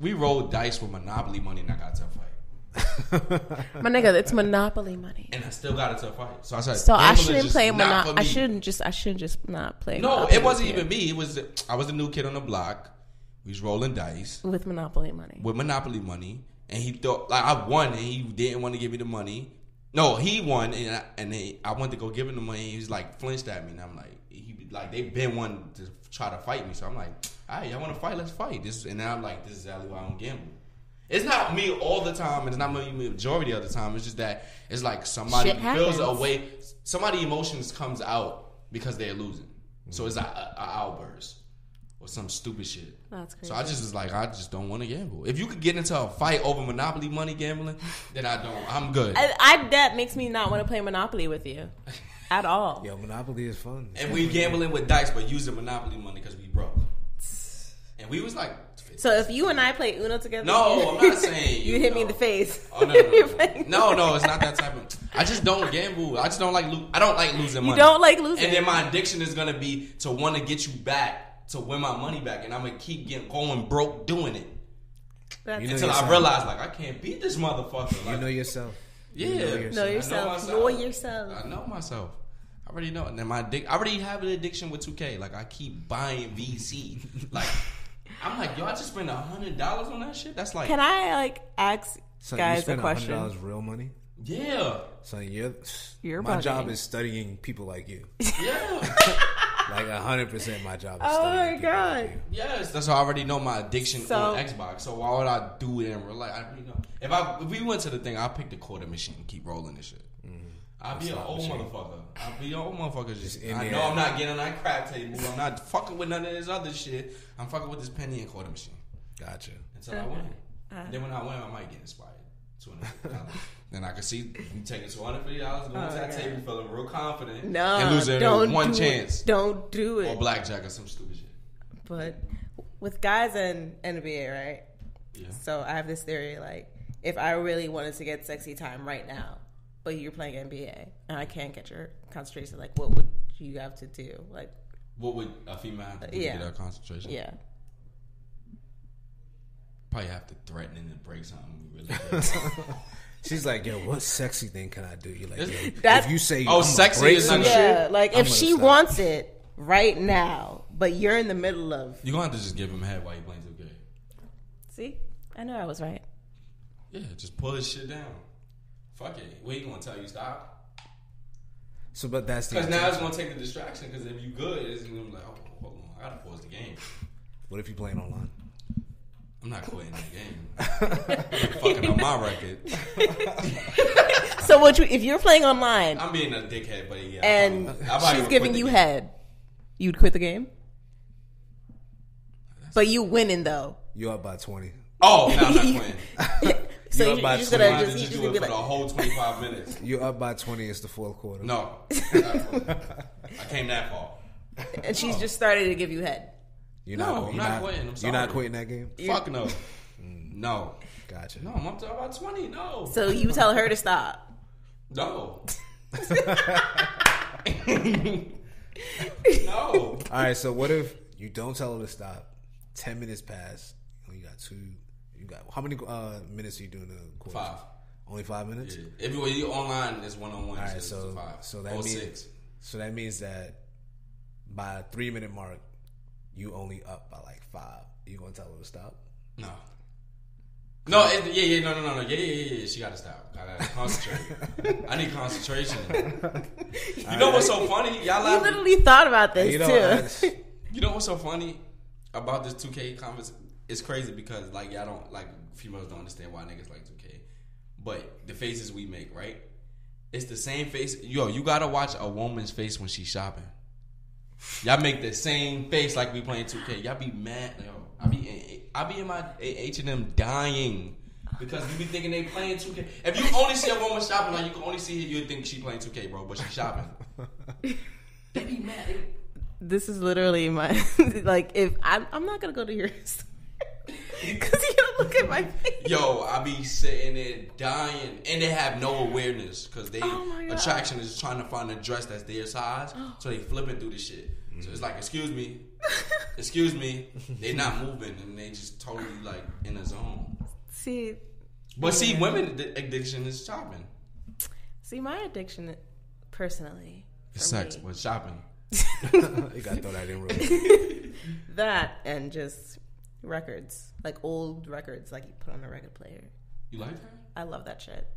Speaker 1: We rolled dice with Monopoly money, and I got to a fight,
Speaker 2: My nigga, it's Monopoly money.
Speaker 1: and I still got into a fight. So I said,
Speaker 2: So I
Speaker 1: gambling is
Speaker 2: shouldn't
Speaker 1: just
Speaker 2: play
Speaker 1: not
Speaker 2: Monopoly.
Speaker 1: for
Speaker 2: I
Speaker 1: me.
Speaker 2: shouldn't just. I shouldn't just not play.
Speaker 1: No,
Speaker 2: Monopoly
Speaker 1: it wasn't
Speaker 2: with
Speaker 1: even
Speaker 2: you.
Speaker 1: me. It was I was a new kid on the block. We was rolling dice
Speaker 2: with Monopoly money.
Speaker 1: with Monopoly money, and he thought like I won, and he didn't want to give me the money. No, he won, and I, and then I went to go give him the money. And he was like flinched at me, and I'm like, he like they've been wanting to try to fight me, so I'm like, all right, y'all want to fight? Let's fight. This and now I'm like, this is exactly why I don't gamble. It's not me all the time, and it's not me majority of the time. It's just that it's like somebody
Speaker 2: Shit
Speaker 1: feels a
Speaker 2: happens.
Speaker 1: way, somebody emotions comes out because they're losing. So it's like a, a outburst or some stupid shit.
Speaker 2: That's
Speaker 1: So I just was like, I just don't want to gamble. If you could get into a fight over Monopoly money gambling, then I don't. I'm good.
Speaker 2: I, I that makes me not want to play Monopoly with you, at all.
Speaker 3: Yo, Monopoly is fun.
Speaker 1: and we gambling with dice, but using Monopoly money because we broke. And we was like,
Speaker 2: So if you and I play Uno together,
Speaker 1: No, I'm not saying
Speaker 2: you
Speaker 1: you,
Speaker 2: hit me in
Speaker 1: no.
Speaker 2: the face.
Speaker 1: Oh no, no, no,
Speaker 2: You're
Speaker 1: no,
Speaker 2: playing-
Speaker 1: no, no, it's not that type of. I just don't gamble. I just don't like. Lo- I don't like losing money.
Speaker 2: don't like losing.
Speaker 1: And then my addiction is gonna be to want to get you back to win my money back, and I'm gonna keep getting going broke doing it.
Speaker 2: That's
Speaker 3: You know
Speaker 1: Until I
Speaker 3: yourself.
Speaker 1: realized, like, I can't beat this motherfucker.
Speaker 3: You
Speaker 1: Like,
Speaker 3: know yourself.
Speaker 1: yeah,
Speaker 3: you
Speaker 2: know
Speaker 3: know yourself. I know
Speaker 2: yourself.
Speaker 1: myself.
Speaker 2: Know yourself.
Speaker 1: I know myself. I already know. And then my dick, I already have an addiction with 2K. Like I keep buying VC. like I'm like, yo, I just spent hundred dollars on that shit. That's like,
Speaker 2: Can I like ask
Speaker 3: So you
Speaker 2: guys a
Speaker 3: spend hundred
Speaker 2: question?
Speaker 3: dollars real money.
Speaker 1: yeah,
Speaker 3: So you're,
Speaker 2: You're
Speaker 3: my job
Speaker 2: bugging.
Speaker 3: is studying people like you.
Speaker 1: yeah,
Speaker 3: Like hundred percent, my job. is
Speaker 2: Oh
Speaker 3: studying
Speaker 2: my
Speaker 3: people like
Speaker 2: God.
Speaker 3: you.
Speaker 1: yes. That's how I already know my addiction
Speaker 2: So-
Speaker 1: on Xbox. So why would I do it in real life? I already know. If I if we went to the thing, I will pick the quarter machine and keep rolling this shit. I'll be an old motherfucker. I'll be an old motherfucker. Just,
Speaker 3: in
Speaker 1: I
Speaker 3: there.
Speaker 1: know I'm not getting on that crap table. I'm not fucking with none of this other shit. I'm fucking with this penny and quarter machine.
Speaker 3: Gotcha.
Speaker 1: until I win.
Speaker 2: Uh.
Speaker 1: then when I win, I might get inspired. Two hundred dollars. then I can see me taking two hundred fifty dollars, going
Speaker 2: Oh,
Speaker 1: to that
Speaker 2: yeah.
Speaker 1: table, feeling real confident,
Speaker 2: No,
Speaker 1: and losing
Speaker 2: don't
Speaker 1: one
Speaker 2: do
Speaker 1: chance
Speaker 2: It. Don't do
Speaker 1: or
Speaker 2: it.
Speaker 1: blackjack or some stupid shit.
Speaker 2: But with guys and NBA, right?
Speaker 1: Yeah.
Speaker 2: So I have this theory like, if I really wanted to get sexy time right now, but you're playing NBA and I can't get your concentration, like, what would you have to do? Like,
Speaker 1: What would a female have to do
Speaker 2: Yeah.
Speaker 1: to get our concentration?
Speaker 2: yeah.
Speaker 1: Probably have to threaten and to break something. we Really
Speaker 3: She's like, yo, what sexy thing can I do? You're like, yo,
Speaker 2: That's-
Speaker 3: if you say,
Speaker 1: Oh,
Speaker 3: I'ma
Speaker 1: sexy
Speaker 3: break
Speaker 1: is
Speaker 3: some
Speaker 1: not-
Speaker 3: shit,
Speaker 2: Yeah, like
Speaker 3: I'm
Speaker 2: if
Speaker 3: gonna
Speaker 2: she
Speaker 3: stop.
Speaker 2: wants it right now, but you're in the middle of.
Speaker 1: You're gonna have to just give him head while you playing 2K.
Speaker 2: See, I know I was right.
Speaker 1: Yeah, just pull this shit down. Fuck it. What he gonna tell you? Stop.
Speaker 3: So, but that's the.
Speaker 1: Because now it's
Speaker 3: intention.
Speaker 1: gonna take the distraction. Because if you good, it's gonna be like, oh, hold on, I gotta pause the game.
Speaker 3: What if you playing online?
Speaker 1: I'm not quitting that game. You're fucking up my record.
Speaker 2: So what you if you're playing online
Speaker 1: I'm being a dickhead, but yeah.
Speaker 2: and
Speaker 1: I probably- I probably
Speaker 2: she's
Speaker 1: would
Speaker 2: giving
Speaker 1: quit the
Speaker 2: you
Speaker 1: game.
Speaker 2: head, you'd quit the game. But you winning though,
Speaker 3: You up by twenty?
Speaker 1: Oh, no, I'm not quitting.
Speaker 2: so
Speaker 3: You're
Speaker 2: you're,
Speaker 3: about
Speaker 2: just
Speaker 3: to
Speaker 1: I
Speaker 2: gonna
Speaker 1: have to
Speaker 2: just, you
Speaker 1: just
Speaker 2: just
Speaker 1: do
Speaker 2: gonna
Speaker 1: it
Speaker 2: be
Speaker 1: for the
Speaker 2: like,
Speaker 1: whole 25 minutes.
Speaker 3: You up by twenty? It's the fourth quarter.
Speaker 1: No. I came that far.
Speaker 2: and she's just started to give you head.
Speaker 3: you're
Speaker 1: No,
Speaker 3: not.
Speaker 1: I'm
Speaker 3: you're
Speaker 1: not quitting, I'm
Speaker 3: You're not
Speaker 1: sorry.
Speaker 3: quitting that game.
Speaker 1: Fuck no. No.
Speaker 3: Gotcha.
Speaker 1: No, I'm up to about 20. No.
Speaker 2: So you tell her to stop.
Speaker 1: No. no.
Speaker 3: All right. So what if you don't tell her to stop? Ten minutes pass. Oh, You only got two. You got how many uh, minutes are you doing a quarter?
Speaker 1: Five.
Speaker 3: Only five minutes.
Speaker 1: Yeah. If you- you're online, it's one on one.
Speaker 3: All right. So
Speaker 1: five.
Speaker 3: so that
Speaker 1: or
Speaker 3: means
Speaker 1: six.
Speaker 3: so that means that by three minute mark, you only up by like five. You gonna tell her to stop?
Speaker 1: No. No, it, yeah, yeah, no, no, no, no, yeah, yeah, yeah, yeah. She gotta stop. I gotta concentrate. I need concentration. You know what's so funny? Y'all
Speaker 2: You
Speaker 1: laugh.
Speaker 2: literally thought about this
Speaker 3: You know.
Speaker 2: too.
Speaker 3: I-
Speaker 1: You know what's so funny about this 2K conference? It's crazy because like y'all don't like females don't understand why niggas like 2K, but the faces we make, right? It's the same face. Yo, you gotta watch a woman's face when she's shopping. Y'all make the same face like we playing 2K. Y'all be mad. Yo, I be in, I be in my H and M dying because you be thinking they playing 2K. If you only see a woman shopping, like you can only see her, you would think she playing 2K, bro. But she shopping. they be mad. They-
Speaker 2: this is literally my like if I'm I'm not gonna go to your because you don't look at my face.
Speaker 1: Yo, I be sitting there dying, and they have no awareness because they
Speaker 2: Oh my God.
Speaker 1: attraction is trying to find a dress that's their size, so they flipping through the shit. So it's like, excuse me, excuse me, they not moving, and they just totally like in a zone.
Speaker 2: See,
Speaker 1: But see, women the addiction is shopping.
Speaker 2: see, my addiction personally,
Speaker 1: It's
Speaker 2: for
Speaker 1: sex,
Speaker 2: me,
Speaker 1: but shopping.
Speaker 3: You gotta throw that in real quick.
Speaker 2: that and just records, like old records, like you put on a record player.
Speaker 1: You like that?
Speaker 2: I love that shit.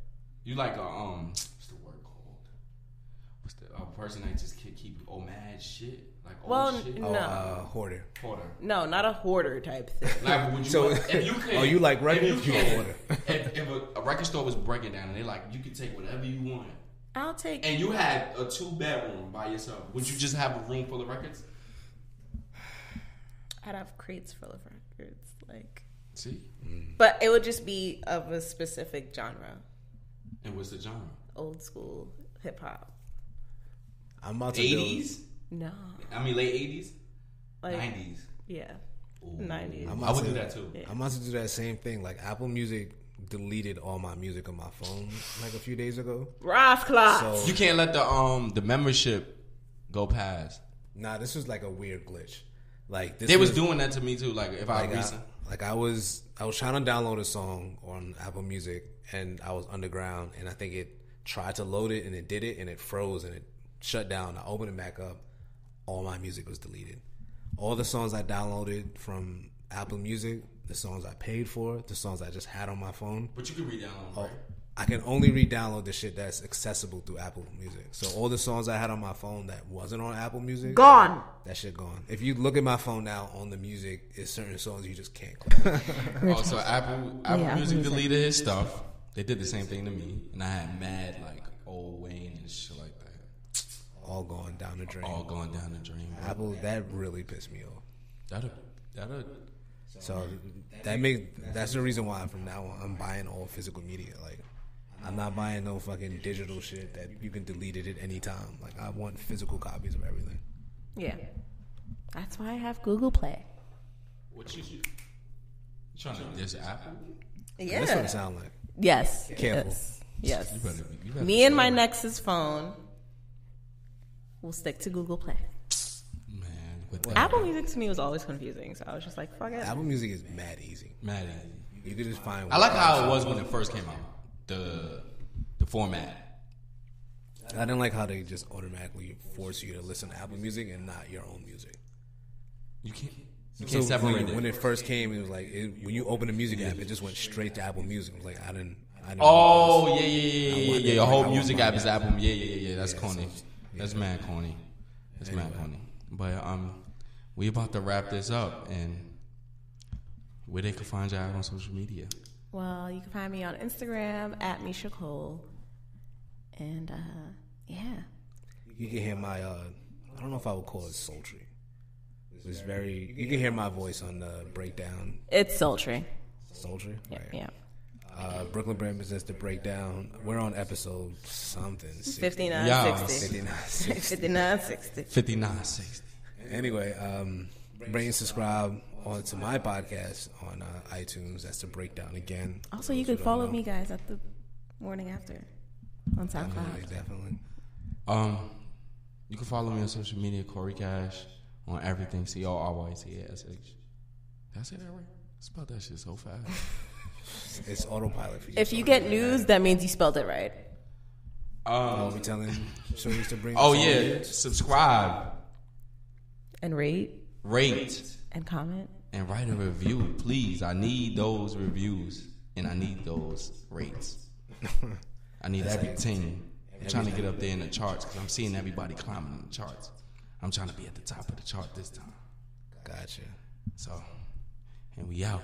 Speaker 1: You like a um, what's the word called? What's the a person that just keep keep oh mad shit like old
Speaker 2: Well,
Speaker 1: shit?
Speaker 2: n-
Speaker 3: Oh,
Speaker 2: No.
Speaker 3: uh, hoarder.
Speaker 1: Hold on.
Speaker 2: No, not a hoarder type thing.
Speaker 1: Like, would you,
Speaker 3: So-
Speaker 1: if you could,
Speaker 3: Oh, you like records?
Speaker 1: If
Speaker 3: You
Speaker 1: could-
Speaker 3: order.
Speaker 1: If, if a, a record store was breaking down and they like, you could take whatever you want,
Speaker 2: I'll take.
Speaker 1: and you had a two bedroom by yourself, would you just have a room full of records?
Speaker 2: I'd have crates full of records, like,
Speaker 1: See,
Speaker 2: but it would just be of a specific genre,
Speaker 1: and what's the genre?
Speaker 2: old school hip hop.
Speaker 3: I'm about to build.
Speaker 1: Eighties?
Speaker 2: No,
Speaker 1: I mean, late eighties,
Speaker 2: like,
Speaker 1: nineties.
Speaker 2: yeah, nineties.
Speaker 3: I'm
Speaker 1: I
Speaker 3: about
Speaker 1: would
Speaker 3: to-
Speaker 1: do that too.
Speaker 3: I'm about to do that same thing. Like Apple Music deleted all my music on my phone like a few days ago.
Speaker 2: Roth clock.
Speaker 3: So
Speaker 1: You can't let the um the membership go past.
Speaker 3: nah, this was like a weird glitch. Like this
Speaker 1: They was doing that to me too. Like if I
Speaker 3: like, I,
Speaker 1: recent,
Speaker 3: Like I was I was trying to download a song on Apple Music and I was underground and I think it tried to load it and it did it and it froze and it shut down. I opened it back up. All my music was deleted. All the songs I downloaded from Apple Music, the songs I paid for, the songs I just had on my phone,
Speaker 1: But you can read down
Speaker 3: Oh.
Speaker 1: on right?
Speaker 3: I can only re-download the shit that's accessible through Apple Music. So all the songs I had on my phone that wasn't on Apple Music,
Speaker 2: Gone.
Speaker 3: That shit gone. If you look at my phone now on the music, it's certain songs you just can't. Click.
Speaker 1: Oh, so Apple Apple
Speaker 2: Apple
Speaker 1: Music
Speaker 2: Music.
Speaker 1: deleted his stuff. They did the same thing to me, and I had mad like old Wayne and shit like that,
Speaker 3: all gone down the drain.
Speaker 1: all going down the drain. bro.
Speaker 3: Apple that really pissed me off.
Speaker 1: That'll that'll
Speaker 3: So that makes that's the reason why from now on I'm buying all physical media. Like I'm not buying no fucking digital shit that you can delete it at any time. Like I want physical copies of everything.
Speaker 2: Yeah. That's why I have Google Play.
Speaker 1: what you, you trying to diss Apple?
Speaker 2: Yeah.
Speaker 3: That's what it sound like.
Speaker 2: Yes.
Speaker 3: Careful.
Speaker 2: Yes. Yes.
Speaker 1: You better, you better
Speaker 2: Me and my Nexus phone will stick to Google Play.
Speaker 1: man with that
Speaker 2: Apple Music to me was always confusing, so I was just like, fuck it.
Speaker 3: Apple Music is mad easy.
Speaker 1: Maddie.
Speaker 3: You could just find.
Speaker 1: I like how it was when it first came out. The the format.
Speaker 3: I didn't like how they just automatically force you to listen to Apple Music and not your own music.
Speaker 1: You can't you can't
Speaker 3: so when,
Speaker 1: separate
Speaker 3: when
Speaker 1: it.
Speaker 3: it first came, it was like it, when you open the music app, it just went straight to Apple Music. It was like I didn't. I didn't
Speaker 1: Oh yeah yeah yeah yeah
Speaker 3: wanted-
Speaker 1: yeah. Your
Speaker 3: I
Speaker 1: whole
Speaker 3: want
Speaker 1: music
Speaker 3: mine
Speaker 1: app is Apple. Yeah yeah yeah yeah. That's corny. That's mad corny. That's mad corny. But um, we about to wrap this up and where they can find you out on social media.
Speaker 2: Well, you can find me on Instagram at Misha Cole. And uh, yeah.
Speaker 3: you can hear my. Uh, I don't know if I would call it sultry. It's very. You can hear my voice on the breakdown.
Speaker 2: It's sultry.
Speaker 3: Sultry. Right.
Speaker 2: Yeah.
Speaker 3: Uh, Brooklyn Brand Business the breakdown. We're on episode something.
Speaker 2: 59,
Speaker 1: Yeah.
Speaker 2: 60.
Speaker 3: 59.
Speaker 2: 59, 60.
Speaker 1: Fifty nine sixty.
Speaker 3: Anyway, um, rate and subscribe onto my podcast on uh, iTunes. That's the breakdown again.
Speaker 2: Also, you
Speaker 3: Those who
Speaker 2: could
Speaker 3: don't
Speaker 2: follow
Speaker 3: know,
Speaker 2: me guys at the morning after on SoundCloud.
Speaker 3: definitely, Definitely.
Speaker 1: Um, you can follow me on social media, Corey Cash, on everything. C O R Y T A S H. Did I say that right? I spelled that shit so fast.
Speaker 3: It's autopilot for you.
Speaker 2: If you get news, that means you spelled it right.
Speaker 1: Um,
Speaker 3: I'll be telling Shorties to bring.
Speaker 1: oh
Speaker 3: us on.
Speaker 1: yeah, subscribe,
Speaker 2: And rate
Speaker 1: rate,
Speaker 2: and comment.
Speaker 1: and write a review, please. I need those reviews and I need those rates. I need everything. I'm trying to get up there in the charts because I'm seeing everybody climbing in the charts. I'm trying to be at the top of the chart this time.
Speaker 3: Gotcha.
Speaker 1: So, and we out.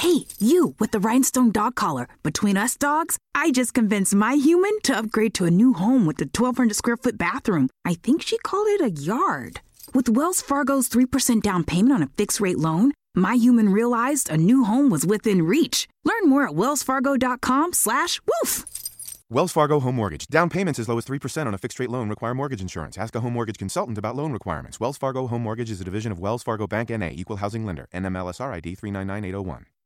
Speaker 4: Hey, you with the rhinestone dog collar. Between us dogs, I just convinced my human to upgrade to a new home with a 1,200 square foot bathroom. I think she called it a yard. With Wells Fargo's 3% down payment on a fixed rate loan, my human realized a new home was within reach. Learn more at wellsfargo.com slash woof.
Speaker 5: Wells Fargo Home Mortgage. Down payments as low as 3% on a fixed rate loan require mortgage insurance. Ask a home mortgage consultant about loan requirements. Wells Fargo Home Mortgage is a division of Wells Fargo Bank NA, equal housing lender. NMLS ID 399801.